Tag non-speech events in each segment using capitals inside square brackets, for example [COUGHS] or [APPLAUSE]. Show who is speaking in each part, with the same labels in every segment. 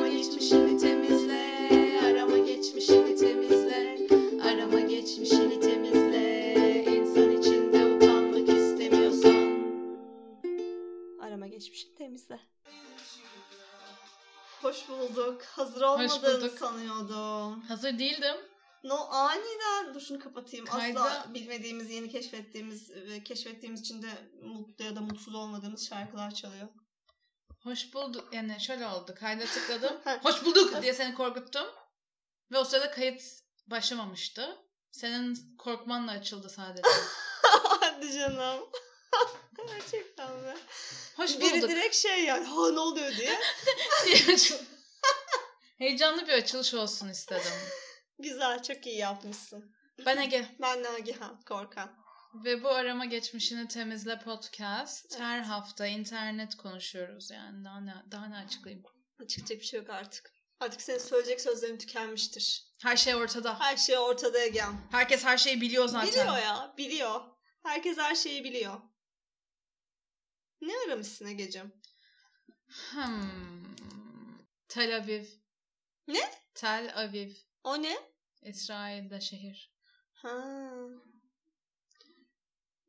Speaker 1: geçmişini temizle. Arama geçmişini temizle. Arama geçmişini temizle. İnsan içinde utanmak istemiyorsan. Arama geçmişini temizle. Hoş bulduk. Hazır olmadığını
Speaker 2: bulduk.
Speaker 1: sanıyordum.
Speaker 2: Hazır değildim.
Speaker 1: No aniden dur şunu kapatayım. Asla
Speaker 2: Kayda-
Speaker 1: bilmediğimiz, yeni keşfettiğimiz ve keşfettiğimiz için de mutlu ya da mutsuz olmadığımız şarkılar çalıyor.
Speaker 2: Hoş bulduk. Yani şöyle oldu. Kayda tıkladım.
Speaker 1: Ha.
Speaker 2: [LAUGHS] Hoş bulduk diye seni korkuttum. Ve o sırada kayıt başlamamıştı. Senin korkmanla açıldı
Speaker 1: [LAUGHS]
Speaker 2: sadece.
Speaker 1: [LAUGHS] Hadi canım. [LAUGHS] Gerçekten mi?
Speaker 2: Hoş
Speaker 1: Biri
Speaker 2: bulduk
Speaker 1: direkt şey yani ha ne oluyor diye. [LAUGHS]
Speaker 2: [LAUGHS] diye açıldı. Heyecanlı bir açılış olsun istedim.
Speaker 1: Güzel çok iyi yapmışsın.
Speaker 2: Ben Ege.
Speaker 1: Ben Nagihan Korkan.
Speaker 2: Ve bu arama geçmişini temizle podcast. Her hafta internet konuşuyoruz yani daha ne, daha ne açıklayayım.
Speaker 1: Açıkça bir şey yok artık. Artık senin söyleyecek sözlerin tükenmiştir.
Speaker 2: Her şey ortada.
Speaker 1: Her şey ortada Egem.
Speaker 2: Herkes her şeyi biliyor zaten.
Speaker 1: Biliyor ya biliyor. Herkes her şeyi biliyor. Ne aramışsın Ege'cim?
Speaker 2: Hmm. Tel Aviv.
Speaker 1: Ne?
Speaker 2: Tel Aviv.
Speaker 1: O ne?
Speaker 2: İsrail'de şehir.
Speaker 1: Ha.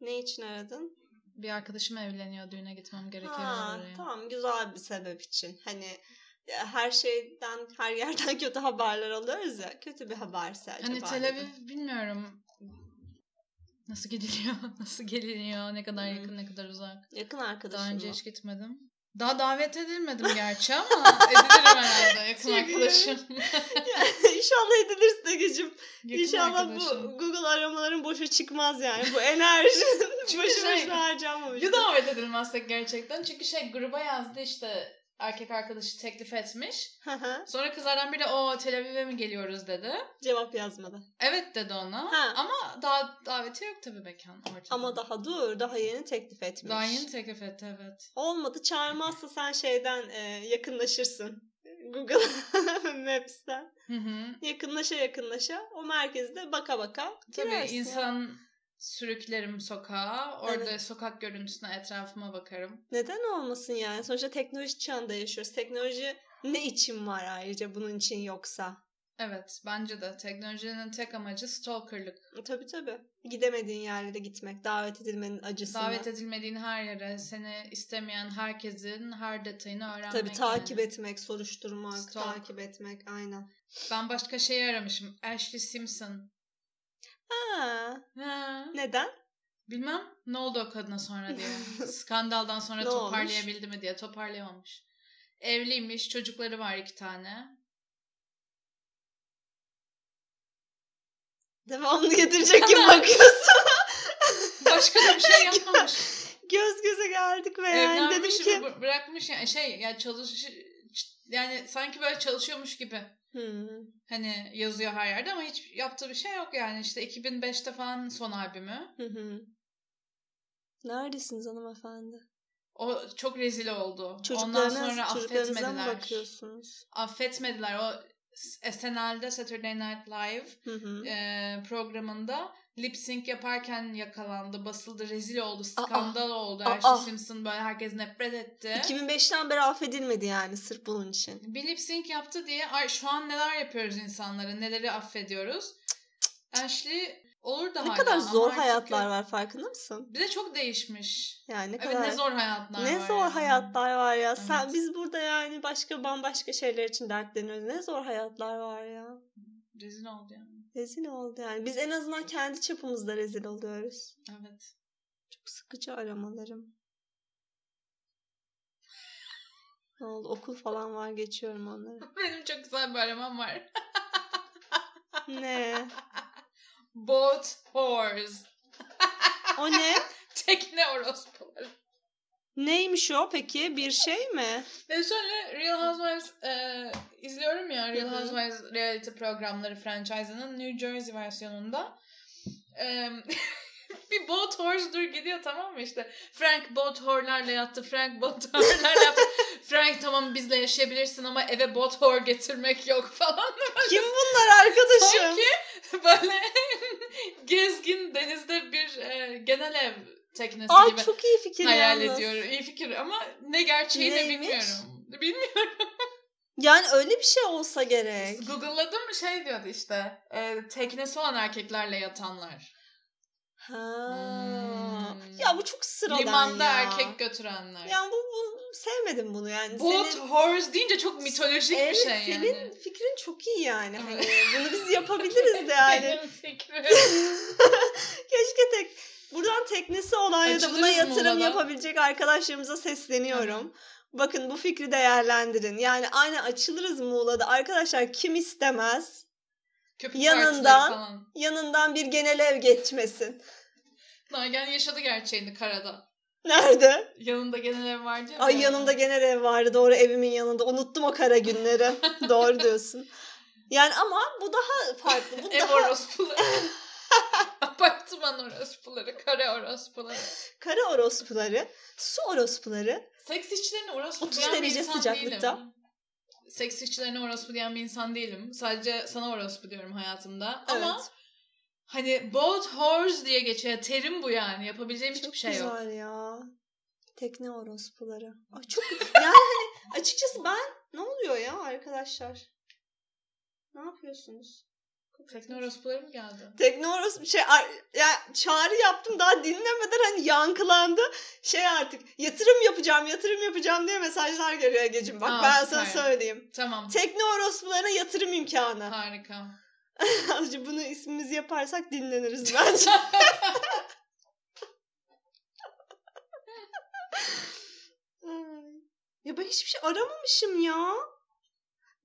Speaker 1: Ne için aradın?
Speaker 2: Bir arkadaşım evleniyor düğüne gitmem gerekiyor
Speaker 1: Ha,
Speaker 2: oraya.
Speaker 1: tamam güzel bir sebep için. Hani ya, her şeyden, her yerden [LAUGHS] kötü haberler alıyoruz ya. Kötü bir haberse acaba.
Speaker 2: Hani Tel
Speaker 1: dedim.
Speaker 2: Aviv bilmiyorum. Nasıl gidiliyor? [LAUGHS] Nasıl geliniyor? Ne kadar
Speaker 1: Hmm.
Speaker 2: yakın ne kadar uzak?
Speaker 1: Yakın
Speaker 2: Daha
Speaker 1: arkadaşım
Speaker 2: önce
Speaker 1: mı?
Speaker 2: hiç gitmedim. Daha davet edilmedim gerçi ama [LAUGHS] edilirim herhalde yakın
Speaker 1: Çok iyi.
Speaker 2: arkadaşım.
Speaker 1: [LAUGHS] [LAUGHS] İnşallah edilirsin Egeciğim.
Speaker 2: Yakın
Speaker 1: İnşallah
Speaker 2: arkadaşım.
Speaker 1: bu Google aramaların boşa çıkmaz yani. Bu enerjin boşu
Speaker 2: [LAUGHS] Çünkü şey-
Speaker 1: [LAUGHS] boşuna harcanmamış.
Speaker 2: Ya davet edilmezsek gerçekten. Çünkü şey gruba yazdı işte erkek arkadaşı teklif etmiş.
Speaker 1: Hı hı.
Speaker 2: Sonra kızlardan biri o Tel Aviv'e mi geliyoruz dedi.
Speaker 1: Cevap yazmadı.
Speaker 2: Evet dedi ona.
Speaker 1: Ha.
Speaker 2: Ama daha daveti yok tabii mekan ortada.
Speaker 1: Ama daha dur. Daha yeni teklif etmiş.
Speaker 2: Daha yeni teklif etti evet.
Speaker 1: Olmadı çağırmazsa sen şeyden e, yakınlaşırsın. Google [LAUGHS] Maps'ten.
Speaker 2: Hı hı.
Speaker 1: Yakınlaşa yakınlaşa o merkezde baka baka
Speaker 2: Tabii
Speaker 1: girersin.
Speaker 2: insan sürüklerim sokağa. Orada
Speaker 1: Evet.
Speaker 2: sokak görüntüsüne etrafıma bakarım.
Speaker 1: Neden olmasın yani? Sonuçta teknoloji çağında yaşıyoruz. Teknoloji ne için var ayrıca bunun için yoksa?
Speaker 2: Evet bence de teknolojinin tek amacı stalkerlık.
Speaker 1: E, Tabii tabii. Gidemediğin yerlere gitmek, davet edilmenin acısını.
Speaker 2: Davet edilmediğin her yere, seni istemeyen herkesin her detayını öğrenmek.
Speaker 1: Tabii takip
Speaker 2: yani.
Speaker 1: etmek, soruşturmak,
Speaker 2: Stalk.
Speaker 1: takip etmek aynen.
Speaker 2: Ben başka şeyi aramışım. Ashley Simpson.
Speaker 1: Ha,
Speaker 2: Ha.
Speaker 1: neden?
Speaker 2: Bilmem ne oldu o kadına sonra
Speaker 1: [LAUGHS]
Speaker 2: diye. Skandaldan sonra
Speaker 1: Ne olmuş?
Speaker 2: toparlayabildi mi diye. Toparlayamamış. Evliymiş. Çocukları var iki tane.
Speaker 1: Devamlı getirecek gibi
Speaker 2: Kadar. [LAUGHS]
Speaker 1: bakıyorsun.
Speaker 2: Başka da bir
Speaker 1: [LAUGHS]
Speaker 2: şey yapmamış.
Speaker 1: Göz göze geldik ve yani dedim
Speaker 2: Evlenmiş
Speaker 1: ki...
Speaker 2: ve bı- bırakmış. Yani şey yani çalış yani sanki böyle çalışıyormuş gibi.
Speaker 1: Hmm.
Speaker 2: Hani yazıyor her yerde ama hiç yaptığı bir şey yok yani. işte 2005'te falan son albümü.
Speaker 1: Hı hı. Neredesiniz hanımefendi?
Speaker 2: O çok rezil oldu. Ondan
Speaker 1: Çocuklarına,
Speaker 2: sonra
Speaker 1: çocuklarınıza mı
Speaker 2: affetmediler.
Speaker 1: bakıyorsunuz?
Speaker 2: Affetmediler. O SNL'de Saturday Night Live
Speaker 1: Hı hı.
Speaker 2: e, programında lip sync yaparken yakalandı, basıldı, rezil oldu, skandal oldu.
Speaker 1: Aa.
Speaker 2: Ashley Simpson böyle herkes nefret etti.
Speaker 1: 2005'ten beri affedilmedi yani sırf bunun için.
Speaker 2: Bir lip sync yaptı diye ay şu an neler yapıyoruz insanlara, neleri affediyoruz. Ashley olur da
Speaker 1: Ne
Speaker 2: hala
Speaker 1: kadar
Speaker 2: ama
Speaker 1: zor
Speaker 2: artık
Speaker 1: hayatlar
Speaker 2: yok.
Speaker 1: var farkında mısın?
Speaker 2: Bir de çok değişmiş.
Speaker 1: Yani ne
Speaker 2: Evet,
Speaker 1: kadar
Speaker 2: ne zor hayatlar
Speaker 1: ne
Speaker 2: var.
Speaker 1: zor
Speaker 2: yani.
Speaker 1: hayatlar var ya. Sen
Speaker 2: Evet.
Speaker 1: biz burada yani başka bambaşka şeyler için dertleniyoruz. Ne zor hayatlar var ya.
Speaker 2: Rezil oldu yani.
Speaker 1: Rezil oldu yani. Biz en azından kendi çapımızda rezil oluyoruz.
Speaker 2: Evet.
Speaker 1: Çok sıkıcı aramalarım. Ne oldu? Okul falan var geçiyorum onları.
Speaker 2: Benim çok güzel bir aramam var.
Speaker 1: Ne?
Speaker 2: Boat whores. [LAUGHS]
Speaker 1: O ne?
Speaker 2: Tekne orospuları.
Speaker 1: Neymiş o peki? Bir şey mi?
Speaker 2: Ve şöyle Real Housewives e, izliyorum ya Real
Speaker 1: Hı hı.
Speaker 2: Housewives reality programları franchise'ının New Jersey versiyonunda e, [LAUGHS] bir boat horse dur gidiyor tamam mı işte Frank boat whore'larla yattı Frank boat
Speaker 1: [LAUGHS]
Speaker 2: whore'larla yattı Frank tamam bizle yaşayabilirsin ama eve boat whore getirmek yok [LAUGHS] falan
Speaker 1: Kim bunlar arkadaşım?
Speaker 2: sanki böyle [LAUGHS] gezgin denizde bir e, genel ev teknesi
Speaker 1: Ay
Speaker 2: gibi
Speaker 1: çok iyi fikir
Speaker 2: hayal
Speaker 1: yalnız.
Speaker 2: ediyorum. İyi fikir ama ne gerçeği de
Speaker 1: Neymiş?
Speaker 2: bilmiyorum. Bilmiyorum.
Speaker 1: Yani öyle bir şey olsa gerek.
Speaker 2: Ee, Google'ladım şey diyordu işte. E, teknesi olan erkeklerle yatanlar.
Speaker 1: Ha.
Speaker 2: Hmm.
Speaker 1: Ya bu çok sıradan
Speaker 2: Limanda
Speaker 1: ya.
Speaker 2: erkek götürenler.
Speaker 1: Yani bu, bu sevmedim bunu yani.
Speaker 2: Boat
Speaker 1: Senin-
Speaker 2: horse deyince çok mitolojik
Speaker 1: Evet,
Speaker 2: bir şey yani.
Speaker 1: senin fikrin çok iyi yani. Hani
Speaker 2: Evet. [LAUGHS]
Speaker 1: bunu biz yapabiliriz de yani.
Speaker 2: Benim fikrim. [LAUGHS]
Speaker 1: Keşke tek buradan teknesi olan ya da buna
Speaker 2: Açılırız
Speaker 1: yatırım
Speaker 2: Muğla'da.
Speaker 1: yapabilecek arkadaşlarımıza sesleniyorum. Bakın bu fikri değerlendirin. Yani aynı açılırız Muğla'da. Arkadaşlar kim istemez?
Speaker 2: Köpük
Speaker 1: Yanından-
Speaker 2: partileri falan.
Speaker 1: Yanından bir genel ev geçmesin. [LAUGHS]
Speaker 2: Nagen yaşadı gerçeğini karada.
Speaker 1: Nerede?
Speaker 2: Yanında genel ev vardı ya.
Speaker 1: Ay yanımda genel ev vardı. Doğru evimin yanında. Unuttum o kara
Speaker 2: [LAUGHS]
Speaker 1: günleri. Doğru diyorsun. Yani ama bu daha farklı. Bu
Speaker 2: [LAUGHS] Ev
Speaker 1: daha
Speaker 2: orospuları.
Speaker 1: [LAUGHS]
Speaker 2: Apartman orospuları, kare orospuları.
Speaker 1: kara orospuları, su orospuları
Speaker 2: Seks işçilerine orospu
Speaker 1: 30
Speaker 2: diyen bir
Speaker 1: derece
Speaker 2: insan
Speaker 1: sıcaklıkta.
Speaker 2: değilim. Seks işçilerine orospu diyen bir insan değilim. Sadece sana orospu diyorum hayatımda. Ama
Speaker 1: Evet.
Speaker 2: hani boat horse diye geçiyor. Terim bu yani. Yapabileceğim
Speaker 1: çok
Speaker 2: hiçbir şey
Speaker 1: güzel
Speaker 2: yok.
Speaker 1: ya. Tekne orospuları. Ay çok yani hani açıkçası ben ne oluyor ya arkadaşlar? Ne yapıyorsunuz?
Speaker 2: Tekne orospuları mı geldi?
Speaker 1: Tekne orospu şey ay- ya çağrı yaptım daha dinlemeden hani yankılandı. Şey artık yatırım yapacağım, yatırım yapacağım diye mesajlar geliyor Egeciğim. Bak
Speaker 2: Aa,
Speaker 1: ben sana
Speaker 2: süper.
Speaker 1: söyleyeyim.
Speaker 2: Tamam.
Speaker 1: Tekne orospularına yatırım imkanı.
Speaker 2: Harika.
Speaker 1: Azıcık bunu ismimizi yaparsak dinleniriz
Speaker 2: [LAUGHS]
Speaker 1: bence. Ay. ya ben hiçbir şey aramamışım ya.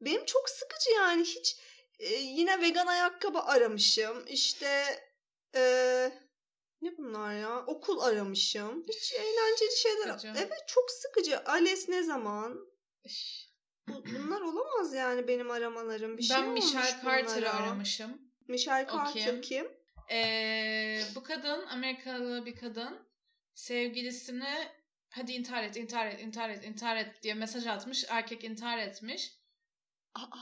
Speaker 1: Benim çok sıkıcı yani hiç e, yine vegan ayakkabı aramışım. İşte e, ne bunlar ya? Okul aramışım. Hiç eğlenceli şeyler.
Speaker 2: Sıkıcı.
Speaker 1: Evet çok sıkıcı. Ales ne zaman?
Speaker 2: Üş.
Speaker 1: Bu- Bunlar olamaz yani benim aramalarım. Bir şey
Speaker 2: ben
Speaker 1: olmuş
Speaker 2: Michelle Carter'ı
Speaker 1: bunlara.
Speaker 2: aramışım.
Speaker 1: Michelle
Speaker 2: O
Speaker 1: Carter
Speaker 2: kim?
Speaker 1: kim?
Speaker 2: Ee, bu kadın Amerikalı bir kadın sevgilisini hadi intihar et, intihar et, intihar et, intihar et diye mesaj atmış. Erkek intihar etmiş.
Speaker 1: Aa.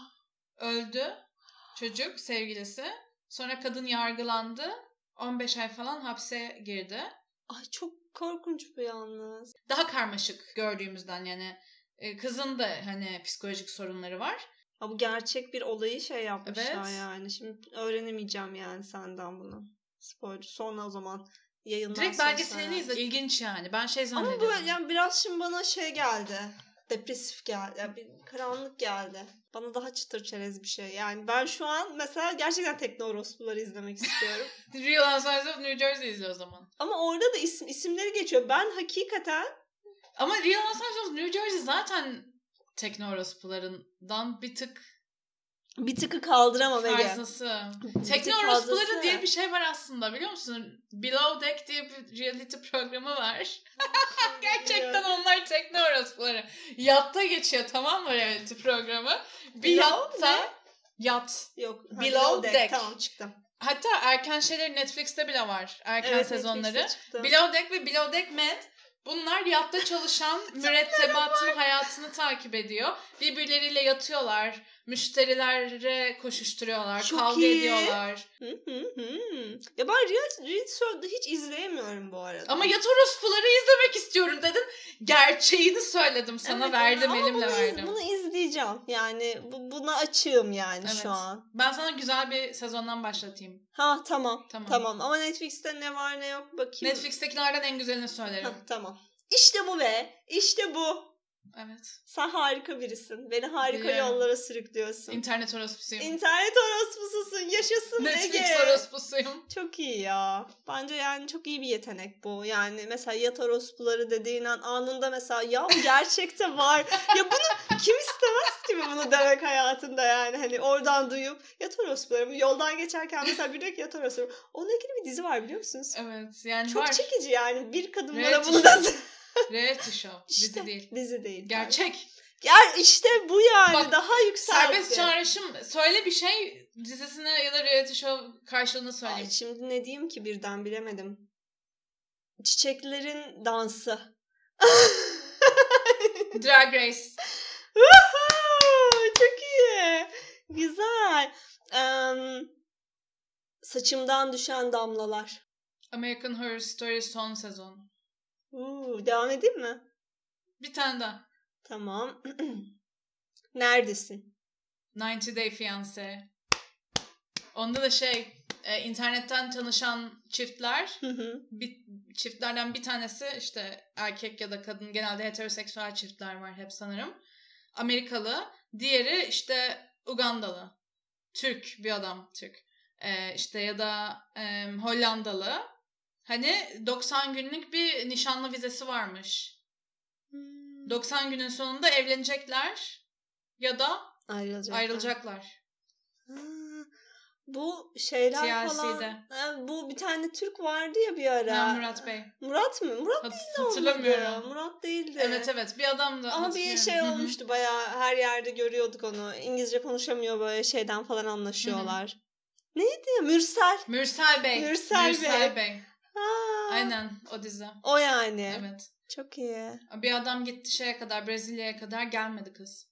Speaker 2: Öldü çocuk sevgilisi. Sonra kadın yargılandı. 15 ay falan hapse girdi.
Speaker 1: Ay çok korkunç bu yalnız.
Speaker 2: Daha karmaşık gördüğümüzden yani e, kızın da hani psikolojik sorunları var.
Speaker 1: Ha bu gerçek bir olayı şey yapmışlar
Speaker 2: Evet.
Speaker 1: yani. Şimdi öğrenemeyeceğim yani senden bunu. Spoiler. Sonra o zaman yayınlar
Speaker 2: Direkt
Speaker 1: sonra
Speaker 2: belgeselini
Speaker 1: söyler.
Speaker 2: izle. İlginç yani. Ben şey
Speaker 1: Ama
Speaker 2: zannediyorum.
Speaker 1: böyle yani biraz şimdi bana şey geldi. Depresif geldi. Yani bir karanlık geldi. Bana daha çıtır çerez bir şey. Yani ben şu an mesela gerçekten tekno orospuları izlemek istiyorum.
Speaker 2: [LAUGHS] Real Housewives of New Jersey izle o zaman.
Speaker 1: Ama orada da isim, isimleri geçiyor. Ben hakikaten
Speaker 2: Ama Real Housewives of New Jersey zaten tekne orospularından bir tık
Speaker 1: bir tıkı kaldıramam Ege.
Speaker 2: fazlası.
Speaker 1: Bir
Speaker 2: Tekne
Speaker 1: tık
Speaker 2: orospuları
Speaker 1: fazlası.
Speaker 2: diye bir şey var aslında biliyor musun? Below Deck diye bir reality programı var. [LAUGHS] Gerçekten onlar tekne orospuları. Yatta geçiyor tamam mı reality programı? Bir
Speaker 1: Below
Speaker 2: yatta yat.
Speaker 1: Yok. ha,
Speaker 2: Below Deck.
Speaker 1: Tamam çıktım.
Speaker 2: Hatta erken şeyleri Netflix'te bile var. Erken sezonları.
Speaker 1: Netflix'te çıktı.
Speaker 2: Below Deck ve Below Deck Med bunlar
Speaker 1: [LAUGHS]
Speaker 2: yatta çalışan mürettebatın hayatını takip ediyor. Birbirleriyle yatıyorlar, müşterilere koşuşturuyorlar,
Speaker 1: Çok
Speaker 2: kavga
Speaker 1: iyi.
Speaker 2: ediyorlar.
Speaker 1: Hı hı hı. Ya ben Real, Real Show'da hiç izleyemiyorum bu arada.
Speaker 2: Ama yat orospuları izlemek istiyorum dedin. Gerçeğini söyledim sana
Speaker 1: Evet,
Speaker 2: verdim
Speaker 1: ama
Speaker 2: elimle
Speaker 1: bunu, iz-
Speaker 2: verdim.
Speaker 1: Bunu izleyeceğim. Yani bu, buna açığım yani
Speaker 2: Evet.
Speaker 1: şu an.
Speaker 2: Ben sana güzel bir sezondan başlatayım.
Speaker 1: Ha tamam.
Speaker 2: Tamam.
Speaker 1: Tamam ama Netflix'te ne var ne yok bakayım.
Speaker 2: Netflix'tekilerden en güzelini söylerim.
Speaker 1: Ha, tamam. İşte bu be. İşte bu.
Speaker 2: evet.
Speaker 1: Sen harika birisin. Beni harika
Speaker 2: Biliyorum.
Speaker 1: yollara sürüklüyorsun.
Speaker 2: İnternet orospusuyum.
Speaker 1: İnternet orospususun. Yaşasın
Speaker 2: [LAUGHS] Netflix
Speaker 1: Ege.
Speaker 2: orospusuyum.
Speaker 1: Çok iyi ya. Bence yani çok iyi bir yetenek bu. Yani mesela yat orospuları dediğin an anında mesela ya o gerçekte var. ya bunu kim istemez ki bunu demek hayatında yani hani oradan duyup yat orospuları mı? Yoldan geçerken mesela bir diyor ki yat orospuları. Onunla ilgili bir dizi var biliyor musunuz?
Speaker 2: Evet yani
Speaker 1: Çok şey-
Speaker 2: var.
Speaker 1: çekici yani. Bir kadın bana
Speaker 2: Evet,
Speaker 1: bunu
Speaker 2: işte.
Speaker 1: da [LAUGHS]
Speaker 2: Reality show.
Speaker 1: İşte.
Speaker 2: Dizi değil.
Speaker 1: dizi değil.
Speaker 2: Gerçek.
Speaker 1: Ger işte bu yani.
Speaker 2: Bak,
Speaker 1: Daha yükseldi.
Speaker 2: Serbest çağrışım söyle bir şey dizisine ya da reality show karşılığını söyle.
Speaker 1: Ay şimdi ne diyeyim ki birden bilemedim. Çiçeklerin dansı. [LAUGHS]
Speaker 2: Drag Race.
Speaker 1: Woohoo! Çok iyi. Güzel. Em, saçımdan düşen damlalar.
Speaker 2: American Horror Story son sezon.
Speaker 1: Uuu, devam edeyim mi?
Speaker 2: Bir tane daha.
Speaker 1: Tamam. [CLEARS THROAT] Neredesin?
Speaker 2: 90 Day Fiancé. Onda da şey e, internetten tanışan çiftler
Speaker 1: Hı hı.
Speaker 2: bir, çiftlerden bir tanesi işte erkek ya da kadın genelde heteroseksüel çiftler var hep sanırım. Amerikalı. Diğeri işte Ugandalı. Türk bir adam Türk. E, işte ya da e, Hollandalı. Hani 90 günlük bir nişanlı vizesi varmış. 90 günün sonunda evlenecekler ya da
Speaker 1: Ayrılacaklar.
Speaker 2: ayrılacaklar.
Speaker 1: Ha, Bu şeyler falan.
Speaker 2: TLC'de.
Speaker 1: Ha, bu bir tane Türk vardı ya bir ara.
Speaker 2: Ya Murat Bey.
Speaker 1: Murat mı? Murat
Speaker 2: Hat-
Speaker 1: da olmadı.
Speaker 2: hatırlamıyorum.
Speaker 1: Murat değildi.
Speaker 2: Evet evet bir adam da
Speaker 1: Ama bir
Speaker 2: hatırlıyorum.
Speaker 1: şey
Speaker 2: Hı hı.
Speaker 1: olmuştu bayağı her yerde görüyorduk onu. İngilizce konuşamıyor böyle şeyden falan anlaşıyorlar. Neydi ya? Mürsel.
Speaker 2: Mürsel Bey.
Speaker 1: Mürsel Bey. Ha.
Speaker 2: Aynen o dizi.
Speaker 1: O yani.
Speaker 2: Evet.
Speaker 1: Çok iyi.
Speaker 2: Bir adam gitti şeye kadar Brezilya'ya kadar gelmedi kız.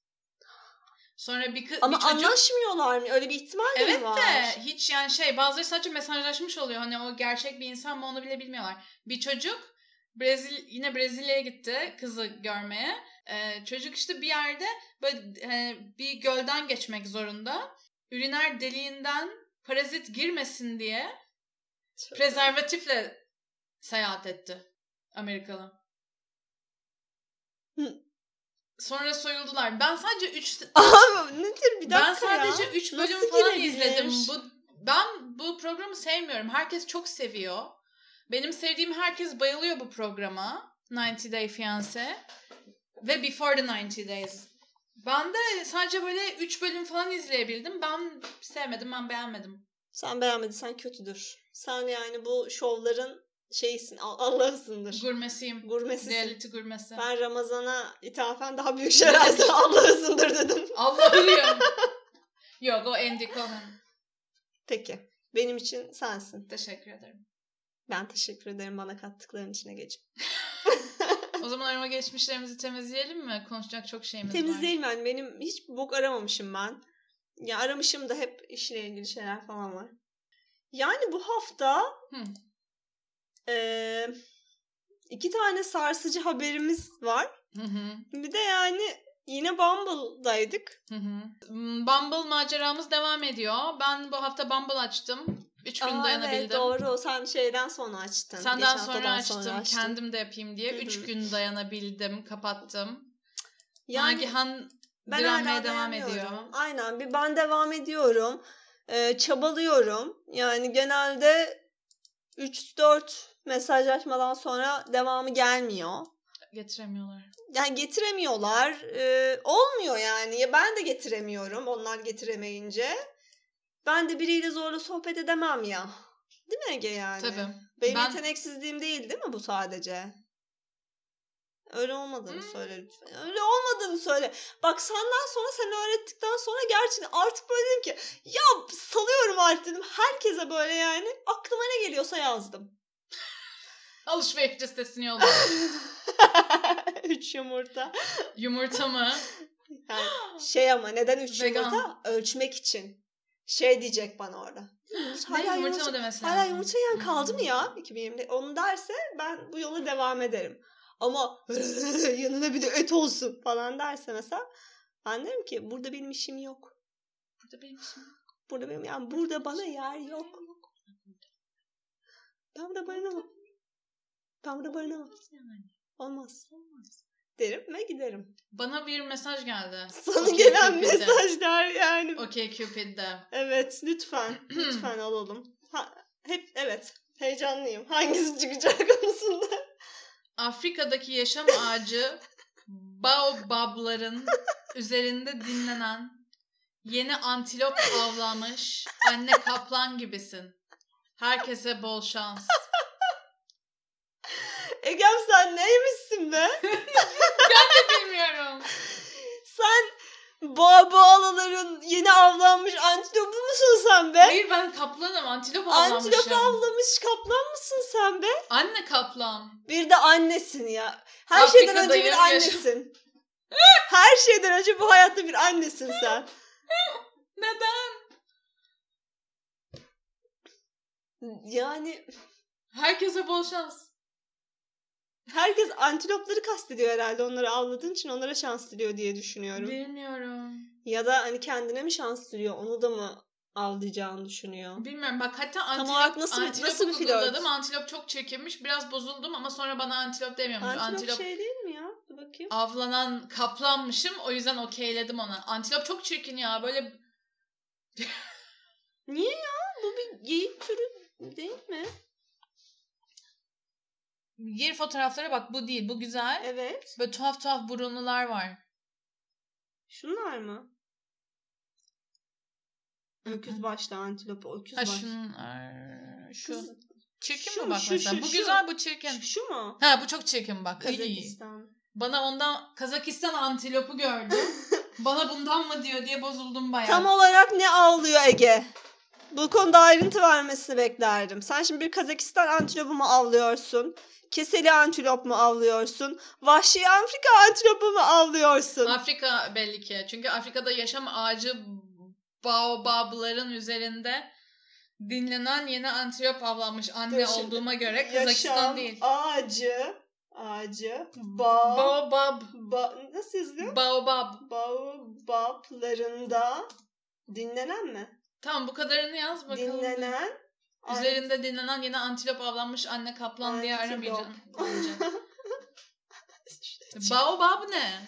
Speaker 2: Sonra bir kız
Speaker 1: Ama
Speaker 2: bir çocuk
Speaker 1: anlaşmıyorlar mı? Öyle bir ihtimal de mi
Speaker 2: Evet
Speaker 1: var?
Speaker 2: de hiç yani şey bazıları sadece mesajlaşmış oluyor. Hani o gerçek bir insan mı onu bile bilmiyorlar. Bir çocuk Brezil yine Brezilya'ya gitti kızı görmeye. Ee, çocuk işte bir yerde böyle e, bir gölden geçmek zorunda. Üriner deliğinden parazit girmesin diye
Speaker 1: Çok-
Speaker 2: prezervatifle seyahat etti Amerikalı.
Speaker 1: Hı.
Speaker 2: Sonra soyuldular. Ben sadece 3
Speaker 1: [LAUGHS] Abi nedir bir dakika
Speaker 2: ben sadece
Speaker 1: ya.
Speaker 2: 3
Speaker 1: Nasıl
Speaker 2: bölüm falan
Speaker 1: girebilir?
Speaker 2: izledim. Bu ben bu programı sevmiyorum. Herkes çok seviyor. Benim sevdiğim herkes bayılıyor bu programa. 90 Day Fiancé ve Before the 90 Days. Ben de sadece böyle 3 bölüm falan izleyebildim. Ben sevmedim, ben beğenmedim.
Speaker 1: Sen beğenmedin sen kötüdür. Sen yani bu şovların şeysin Al-
Speaker 2: [LAUGHS]
Speaker 1: Allah'ısındır.
Speaker 2: Gurmesiyim.
Speaker 1: Gurmesisin.
Speaker 2: Reality gurmesi.
Speaker 1: Ben Ramazan'a ithafen daha büyük
Speaker 2: [LAUGHS]
Speaker 1: şeyler söyledim. Allah'ısındır dedim.
Speaker 2: Allah'ım.
Speaker 1: [LAUGHS]
Speaker 2: Yok o Andy Cohen.
Speaker 1: Peki. Benim için sensin.
Speaker 2: Teşekkür ederim.
Speaker 1: Ben teşekkür ederim bana kattıkların içine geç.
Speaker 2: O zaman arama geçmişlerimizi temizleyelim mi? Konuşacak çok şeyimiz var.
Speaker 1: Temiz değil mi? Yani benim hiç bok aramamışım ben. Ya aramışım da hep işle ilgili şeyler falan var. Yani bu hafta
Speaker 2: Hı.
Speaker 1: eee, iki tane sarsıcı haberimiz var.
Speaker 2: Hı hı.
Speaker 1: Bir de yani yine Bumble'daydık.
Speaker 2: Hı hı. Hmm, Bumble maceramız devam ediyor. Ben bu hafta Bumble açtım. 3 gün
Speaker 1: Aa,
Speaker 2: dayanabildim.
Speaker 1: evet doğru. Sen şeyden sonra açtın.
Speaker 2: Senden
Speaker 1: Geçen
Speaker 2: sonra
Speaker 1: haftadan
Speaker 2: açtım.
Speaker 1: açtın.
Speaker 2: Kendim de yapayım
Speaker 1: Hı
Speaker 2: diye.
Speaker 1: hı.
Speaker 2: 3 gün dayanabildim. Kapattım.
Speaker 1: Yani
Speaker 2: Nagihan
Speaker 1: ben
Speaker 2: direnmeye
Speaker 1: hala
Speaker 2: devam
Speaker 1: dayanıyorum.
Speaker 2: ediyor.
Speaker 1: Aynen. Bir ben devam ediyorum. Ee, çabalıyorum. Yani genelde 3-4 mesajlaşmadan sonra devamı gelmiyor.
Speaker 2: Getiremiyorlar.
Speaker 1: Yani getiremiyorlar. Ee, olmuyor yani. Ya ben de getiremiyorum onlar getiremeyince. Ben de biriyle zorla sohbet edemem ya. Değil mi Ege yani?
Speaker 2: Tabii.
Speaker 1: Benim
Speaker 2: Ben-
Speaker 1: yeteneksizliğim değil değil mi bu sadece? Öyle olmadığını
Speaker 2: Hmm.
Speaker 1: söyle lütfen. Öyle olmadığını söyle. Bak senden sonra sen öğrettikten sonra gerçekten artık böyle dedim ki ya salıyorum artık dedim. Herkese böyle yani aklıma ne geliyorsa yazdım. [LAUGHS]
Speaker 2: Alışveriş listesini yolladım.
Speaker 1: Üç yumurta.
Speaker 2: Yumurta mı?
Speaker 1: Yani şey ama neden üç
Speaker 2: Vegan.
Speaker 1: yumurta? Ölçmek için. Şey diyecek bana orada.
Speaker 2: Ne,
Speaker 1: Hala
Speaker 2: yumurta
Speaker 1: yumurta-
Speaker 2: mı demesi
Speaker 1: Hala
Speaker 2: lazım?
Speaker 1: yumurta yiyen kaldı mı
Speaker 2: Hmm.
Speaker 1: ya 2020'de? Onu derse ben bu yola devam ederim. Ama [LAUGHS] yanına bir de et olsun falan derse mesela ben derim ki burada benim işim yok.
Speaker 2: Burada benim işim yok.
Speaker 1: Burada benim yani burada bana yer yok. Ben burada barınamam. Ben burada barınamam.
Speaker 2: Yani.
Speaker 1: Olmaz. Derim ve giderim.
Speaker 2: Bana bir mesaj geldi.
Speaker 1: Sana
Speaker 2: Okey
Speaker 1: gelen
Speaker 2: Cupid'de.
Speaker 1: mesajlar yani.
Speaker 2: Okey Cupid'de.
Speaker 1: Evet lütfen. lütfen alalım. Ha- hep evet. Heyecanlıyım. Hangisi çıkacak konusunda. [LAUGHS]
Speaker 2: Afrika'daki yaşam ağacı baobabların üzerinde dinlenen yeni antilop avlamış anne kaplan gibisin. Herkese bol şans.
Speaker 1: Egem sen neymişsin be?
Speaker 2: Bilmiyorum.
Speaker 1: Sen boğa boğaların yeni avlanmış antilopu musun sen be?
Speaker 2: Hayır ben kaplanım. Antilop avlamışım.
Speaker 1: Antilop avlamış kaplan mısın sen be?
Speaker 2: Anne kaplan.
Speaker 1: Bir de annesin ya. Her
Speaker 2: Afrika'da
Speaker 1: şeyden önce bir
Speaker 2: yarım yaşam-
Speaker 1: annesin. Her şeyden önce bu hayatta bir annesin sen.
Speaker 2: Neden?
Speaker 1: Yani
Speaker 2: Herkese bol şans.
Speaker 1: Herkes antilopları kastediyor herhalde. Onları avladığın için onlara şans diliyor diye düşünüyorum.
Speaker 2: Bilmiyorum.
Speaker 1: Ya da hani kendine mi şans diliyor? Onu da mı avlayacağını düşünüyor?
Speaker 2: Bilmiyorum bak hatta
Speaker 1: Tam
Speaker 2: antilop,
Speaker 1: olarak nasıl bir-
Speaker 2: antilopu
Speaker 1: nasıl bir flört?
Speaker 2: google'ladım. Antilop çok çirkinmiş. Biraz bozuldum ama sonra bana antilop demiyormuş.
Speaker 1: Antilop,
Speaker 2: Antilop,
Speaker 1: şey değil mi ya? Dur bakayım.
Speaker 2: avlanan kaplanmışım. O yüzden okeyledim ona. Antilop çok çirkin ya. Böyle
Speaker 1: Niye ya? Bu bir geyik türü değil mi?
Speaker 2: gir fotoğraflara bak bu değil. Bu güzel.
Speaker 1: Evet.
Speaker 2: Böyle tuhaf tuhaf burunlular var.
Speaker 1: Şunlar mı? Öküz başlı antilopu, öküz
Speaker 2: Ha
Speaker 1: başlı.
Speaker 2: şunlar. Şu.
Speaker 1: Kız,
Speaker 2: çirkin
Speaker 1: şu
Speaker 2: mi
Speaker 1: mu?
Speaker 2: bak
Speaker 1: Şu,
Speaker 2: mesela?
Speaker 1: şu,
Speaker 2: bu
Speaker 1: şu.
Speaker 2: güzel bu çirkin.
Speaker 1: şu, şu mu?
Speaker 2: Ha bu çok çirkin bak. İyi.
Speaker 1: Kazakistan.
Speaker 2: Bana ondan Kazakistan antilopu
Speaker 1: [LAUGHS]
Speaker 2: gördüm. Bana bundan mı diyor diye bozuldum bayağı.
Speaker 1: Tam olarak ne avlıyor Ege? Bu konuda ayrıntı vermesini beklerdim. Sen şimdi bir Kazakistan antilopu mu avlıyorsun? Keseli antilop mu avlıyorsun? Vahşi Afrika antilopu mu avlıyorsun?
Speaker 2: Afrika belli ki. Çünkü Afrika'da yaşam ağacı baobabların üzerinde dinlenen yeni antilop avlanmış anne
Speaker 1: Dur şimdi.
Speaker 2: olduğuma göre Kazakistan
Speaker 1: Yaşam
Speaker 2: değil.
Speaker 1: ağacı, ağacı, ba,
Speaker 2: Baobab.
Speaker 1: ba- nasıl yazılıyor?
Speaker 2: Baobab.
Speaker 1: Baobablarında dinlenen mi?
Speaker 2: Tamam bu kadarını yaz bakalım.
Speaker 1: Dinlenen
Speaker 2: Üzerinde dinlenen yeni antilop avlanmış anne kaplan diye
Speaker 1: Antilop.
Speaker 2: aramayacaksın.
Speaker 1: [LAUGHS]
Speaker 2: Baobab ne?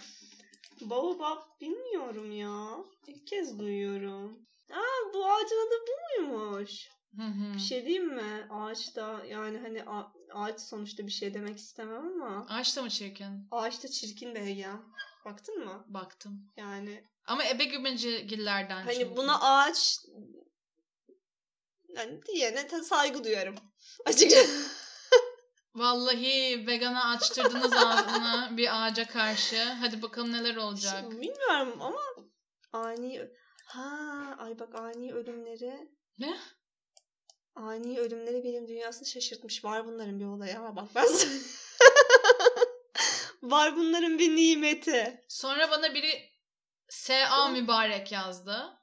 Speaker 1: Baobab bilmiyorum ya. İlk kez duyuyorum. Aa bu ağacın adı bu muymuş?
Speaker 2: Hı hı.
Speaker 1: Bir şey diyeyim mi? Ağaçta yani hani a- ağaç sonuçta bir şey demek istemem ama
Speaker 2: Ağaç da mı çirkin?
Speaker 1: ağaçta çirkin be ya. Baktın mı?
Speaker 2: Baktım.
Speaker 1: Yani
Speaker 2: Ama ebe gillerden.
Speaker 1: hani buna ağaç yani diyene de saygı duyarım. Açıkçası.
Speaker 2: Vallahi vegana açtırdınız ağzını bir ağaca karşı. Hadi bakalım neler olacak.
Speaker 1: Bilmiyorum ama ani ö- ha ay bak ani ölümleri
Speaker 2: Ne?
Speaker 1: Ani ölümleri bilim dünyasını şaşırtmış. Var bunların bir olayı ama bak ben sana- [LAUGHS] Var bunların bir nimeti.
Speaker 2: Sonra bana biri S.A. mübarek yazdı.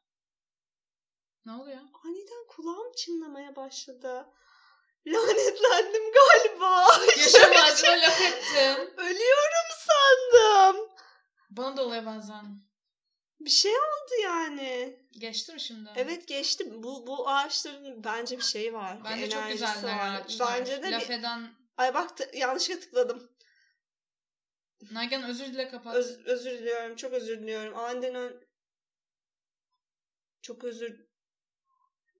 Speaker 2: Ne oluyor?
Speaker 1: Aniden kulağım çınlamaya başladı. Lanetlendim galiba.
Speaker 2: Yaşam ağacına laf ettin.
Speaker 1: Ölüyorum sandım.
Speaker 2: Bana da oluyor bazen.
Speaker 1: Bir şey oldu yani.
Speaker 2: Geçti mi şimdi?
Speaker 1: Evet geçti. Bu bu ağaçların bence bir şeyi var. bir
Speaker 2: Bence çok
Speaker 1: enerjisi
Speaker 2: güzeller
Speaker 1: var.
Speaker 2: ağaçlar.
Speaker 1: Bence de
Speaker 2: Laf
Speaker 1: bir...
Speaker 2: eden...
Speaker 1: Ay bak t- yanlışlıkla tıkladım.
Speaker 2: Nagihan özür dile kapat.
Speaker 1: Öz- özür diliyorum. Çok özür diliyorum. Aniden ön... Çok özür...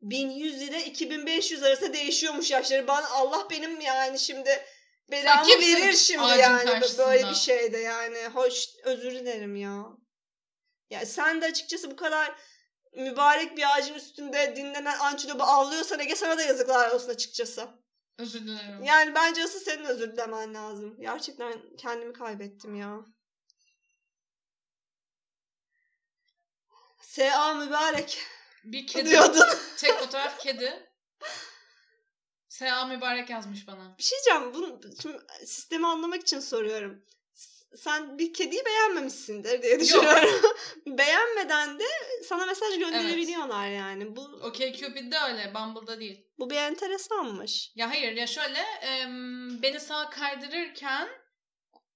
Speaker 1: 1100 ile 2500 arası değişiyormuş yaşları. Ben Allah benim yani şimdi belamı
Speaker 2: kimsin
Speaker 1: verir şimdi
Speaker 2: ağacın
Speaker 1: yani
Speaker 2: karşısında?
Speaker 1: böyle bir şeyde yani. Hoş özür dilerim ya. Ya sen de açıkçası bu kadar mübarek bir ağacın üstünde dinlenen antilopu avlıyorsan Ege sana da yazıklar olsun açıkçası.
Speaker 2: Özür dilerim.
Speaker 1: Yani bence asıl senin özür dilemen lazım. Gerçekten kendimi kaybettim ya. S.A.
Speaker 2: [LAUGHS]
Speaker 1: mübarek [LAUGHS]
Speaker 2: Bir kedi.
Speaker 1: diyordun.
Speaker 2: Tek fotoğraf kedi. S.A. mübarek yazmış bana.
Speaker 1: Bir şey diyeceğim. Bunu, şimdi sistemi anlamak için soruyorum. S- Sen bir kediyi beğenmemişsindir diye düşünüyorum. [LAUGHS] Beğenmeden de sana mesaj gönderebiliyorlar yani. Bu,
Speaker 2: Okey Cupid'de öyle. Bumble'da değil.
Speaker 1: bu bir enteresanmış.
Speaker 2: Ya hayır ya şöyle em, beni sağa kaydırırken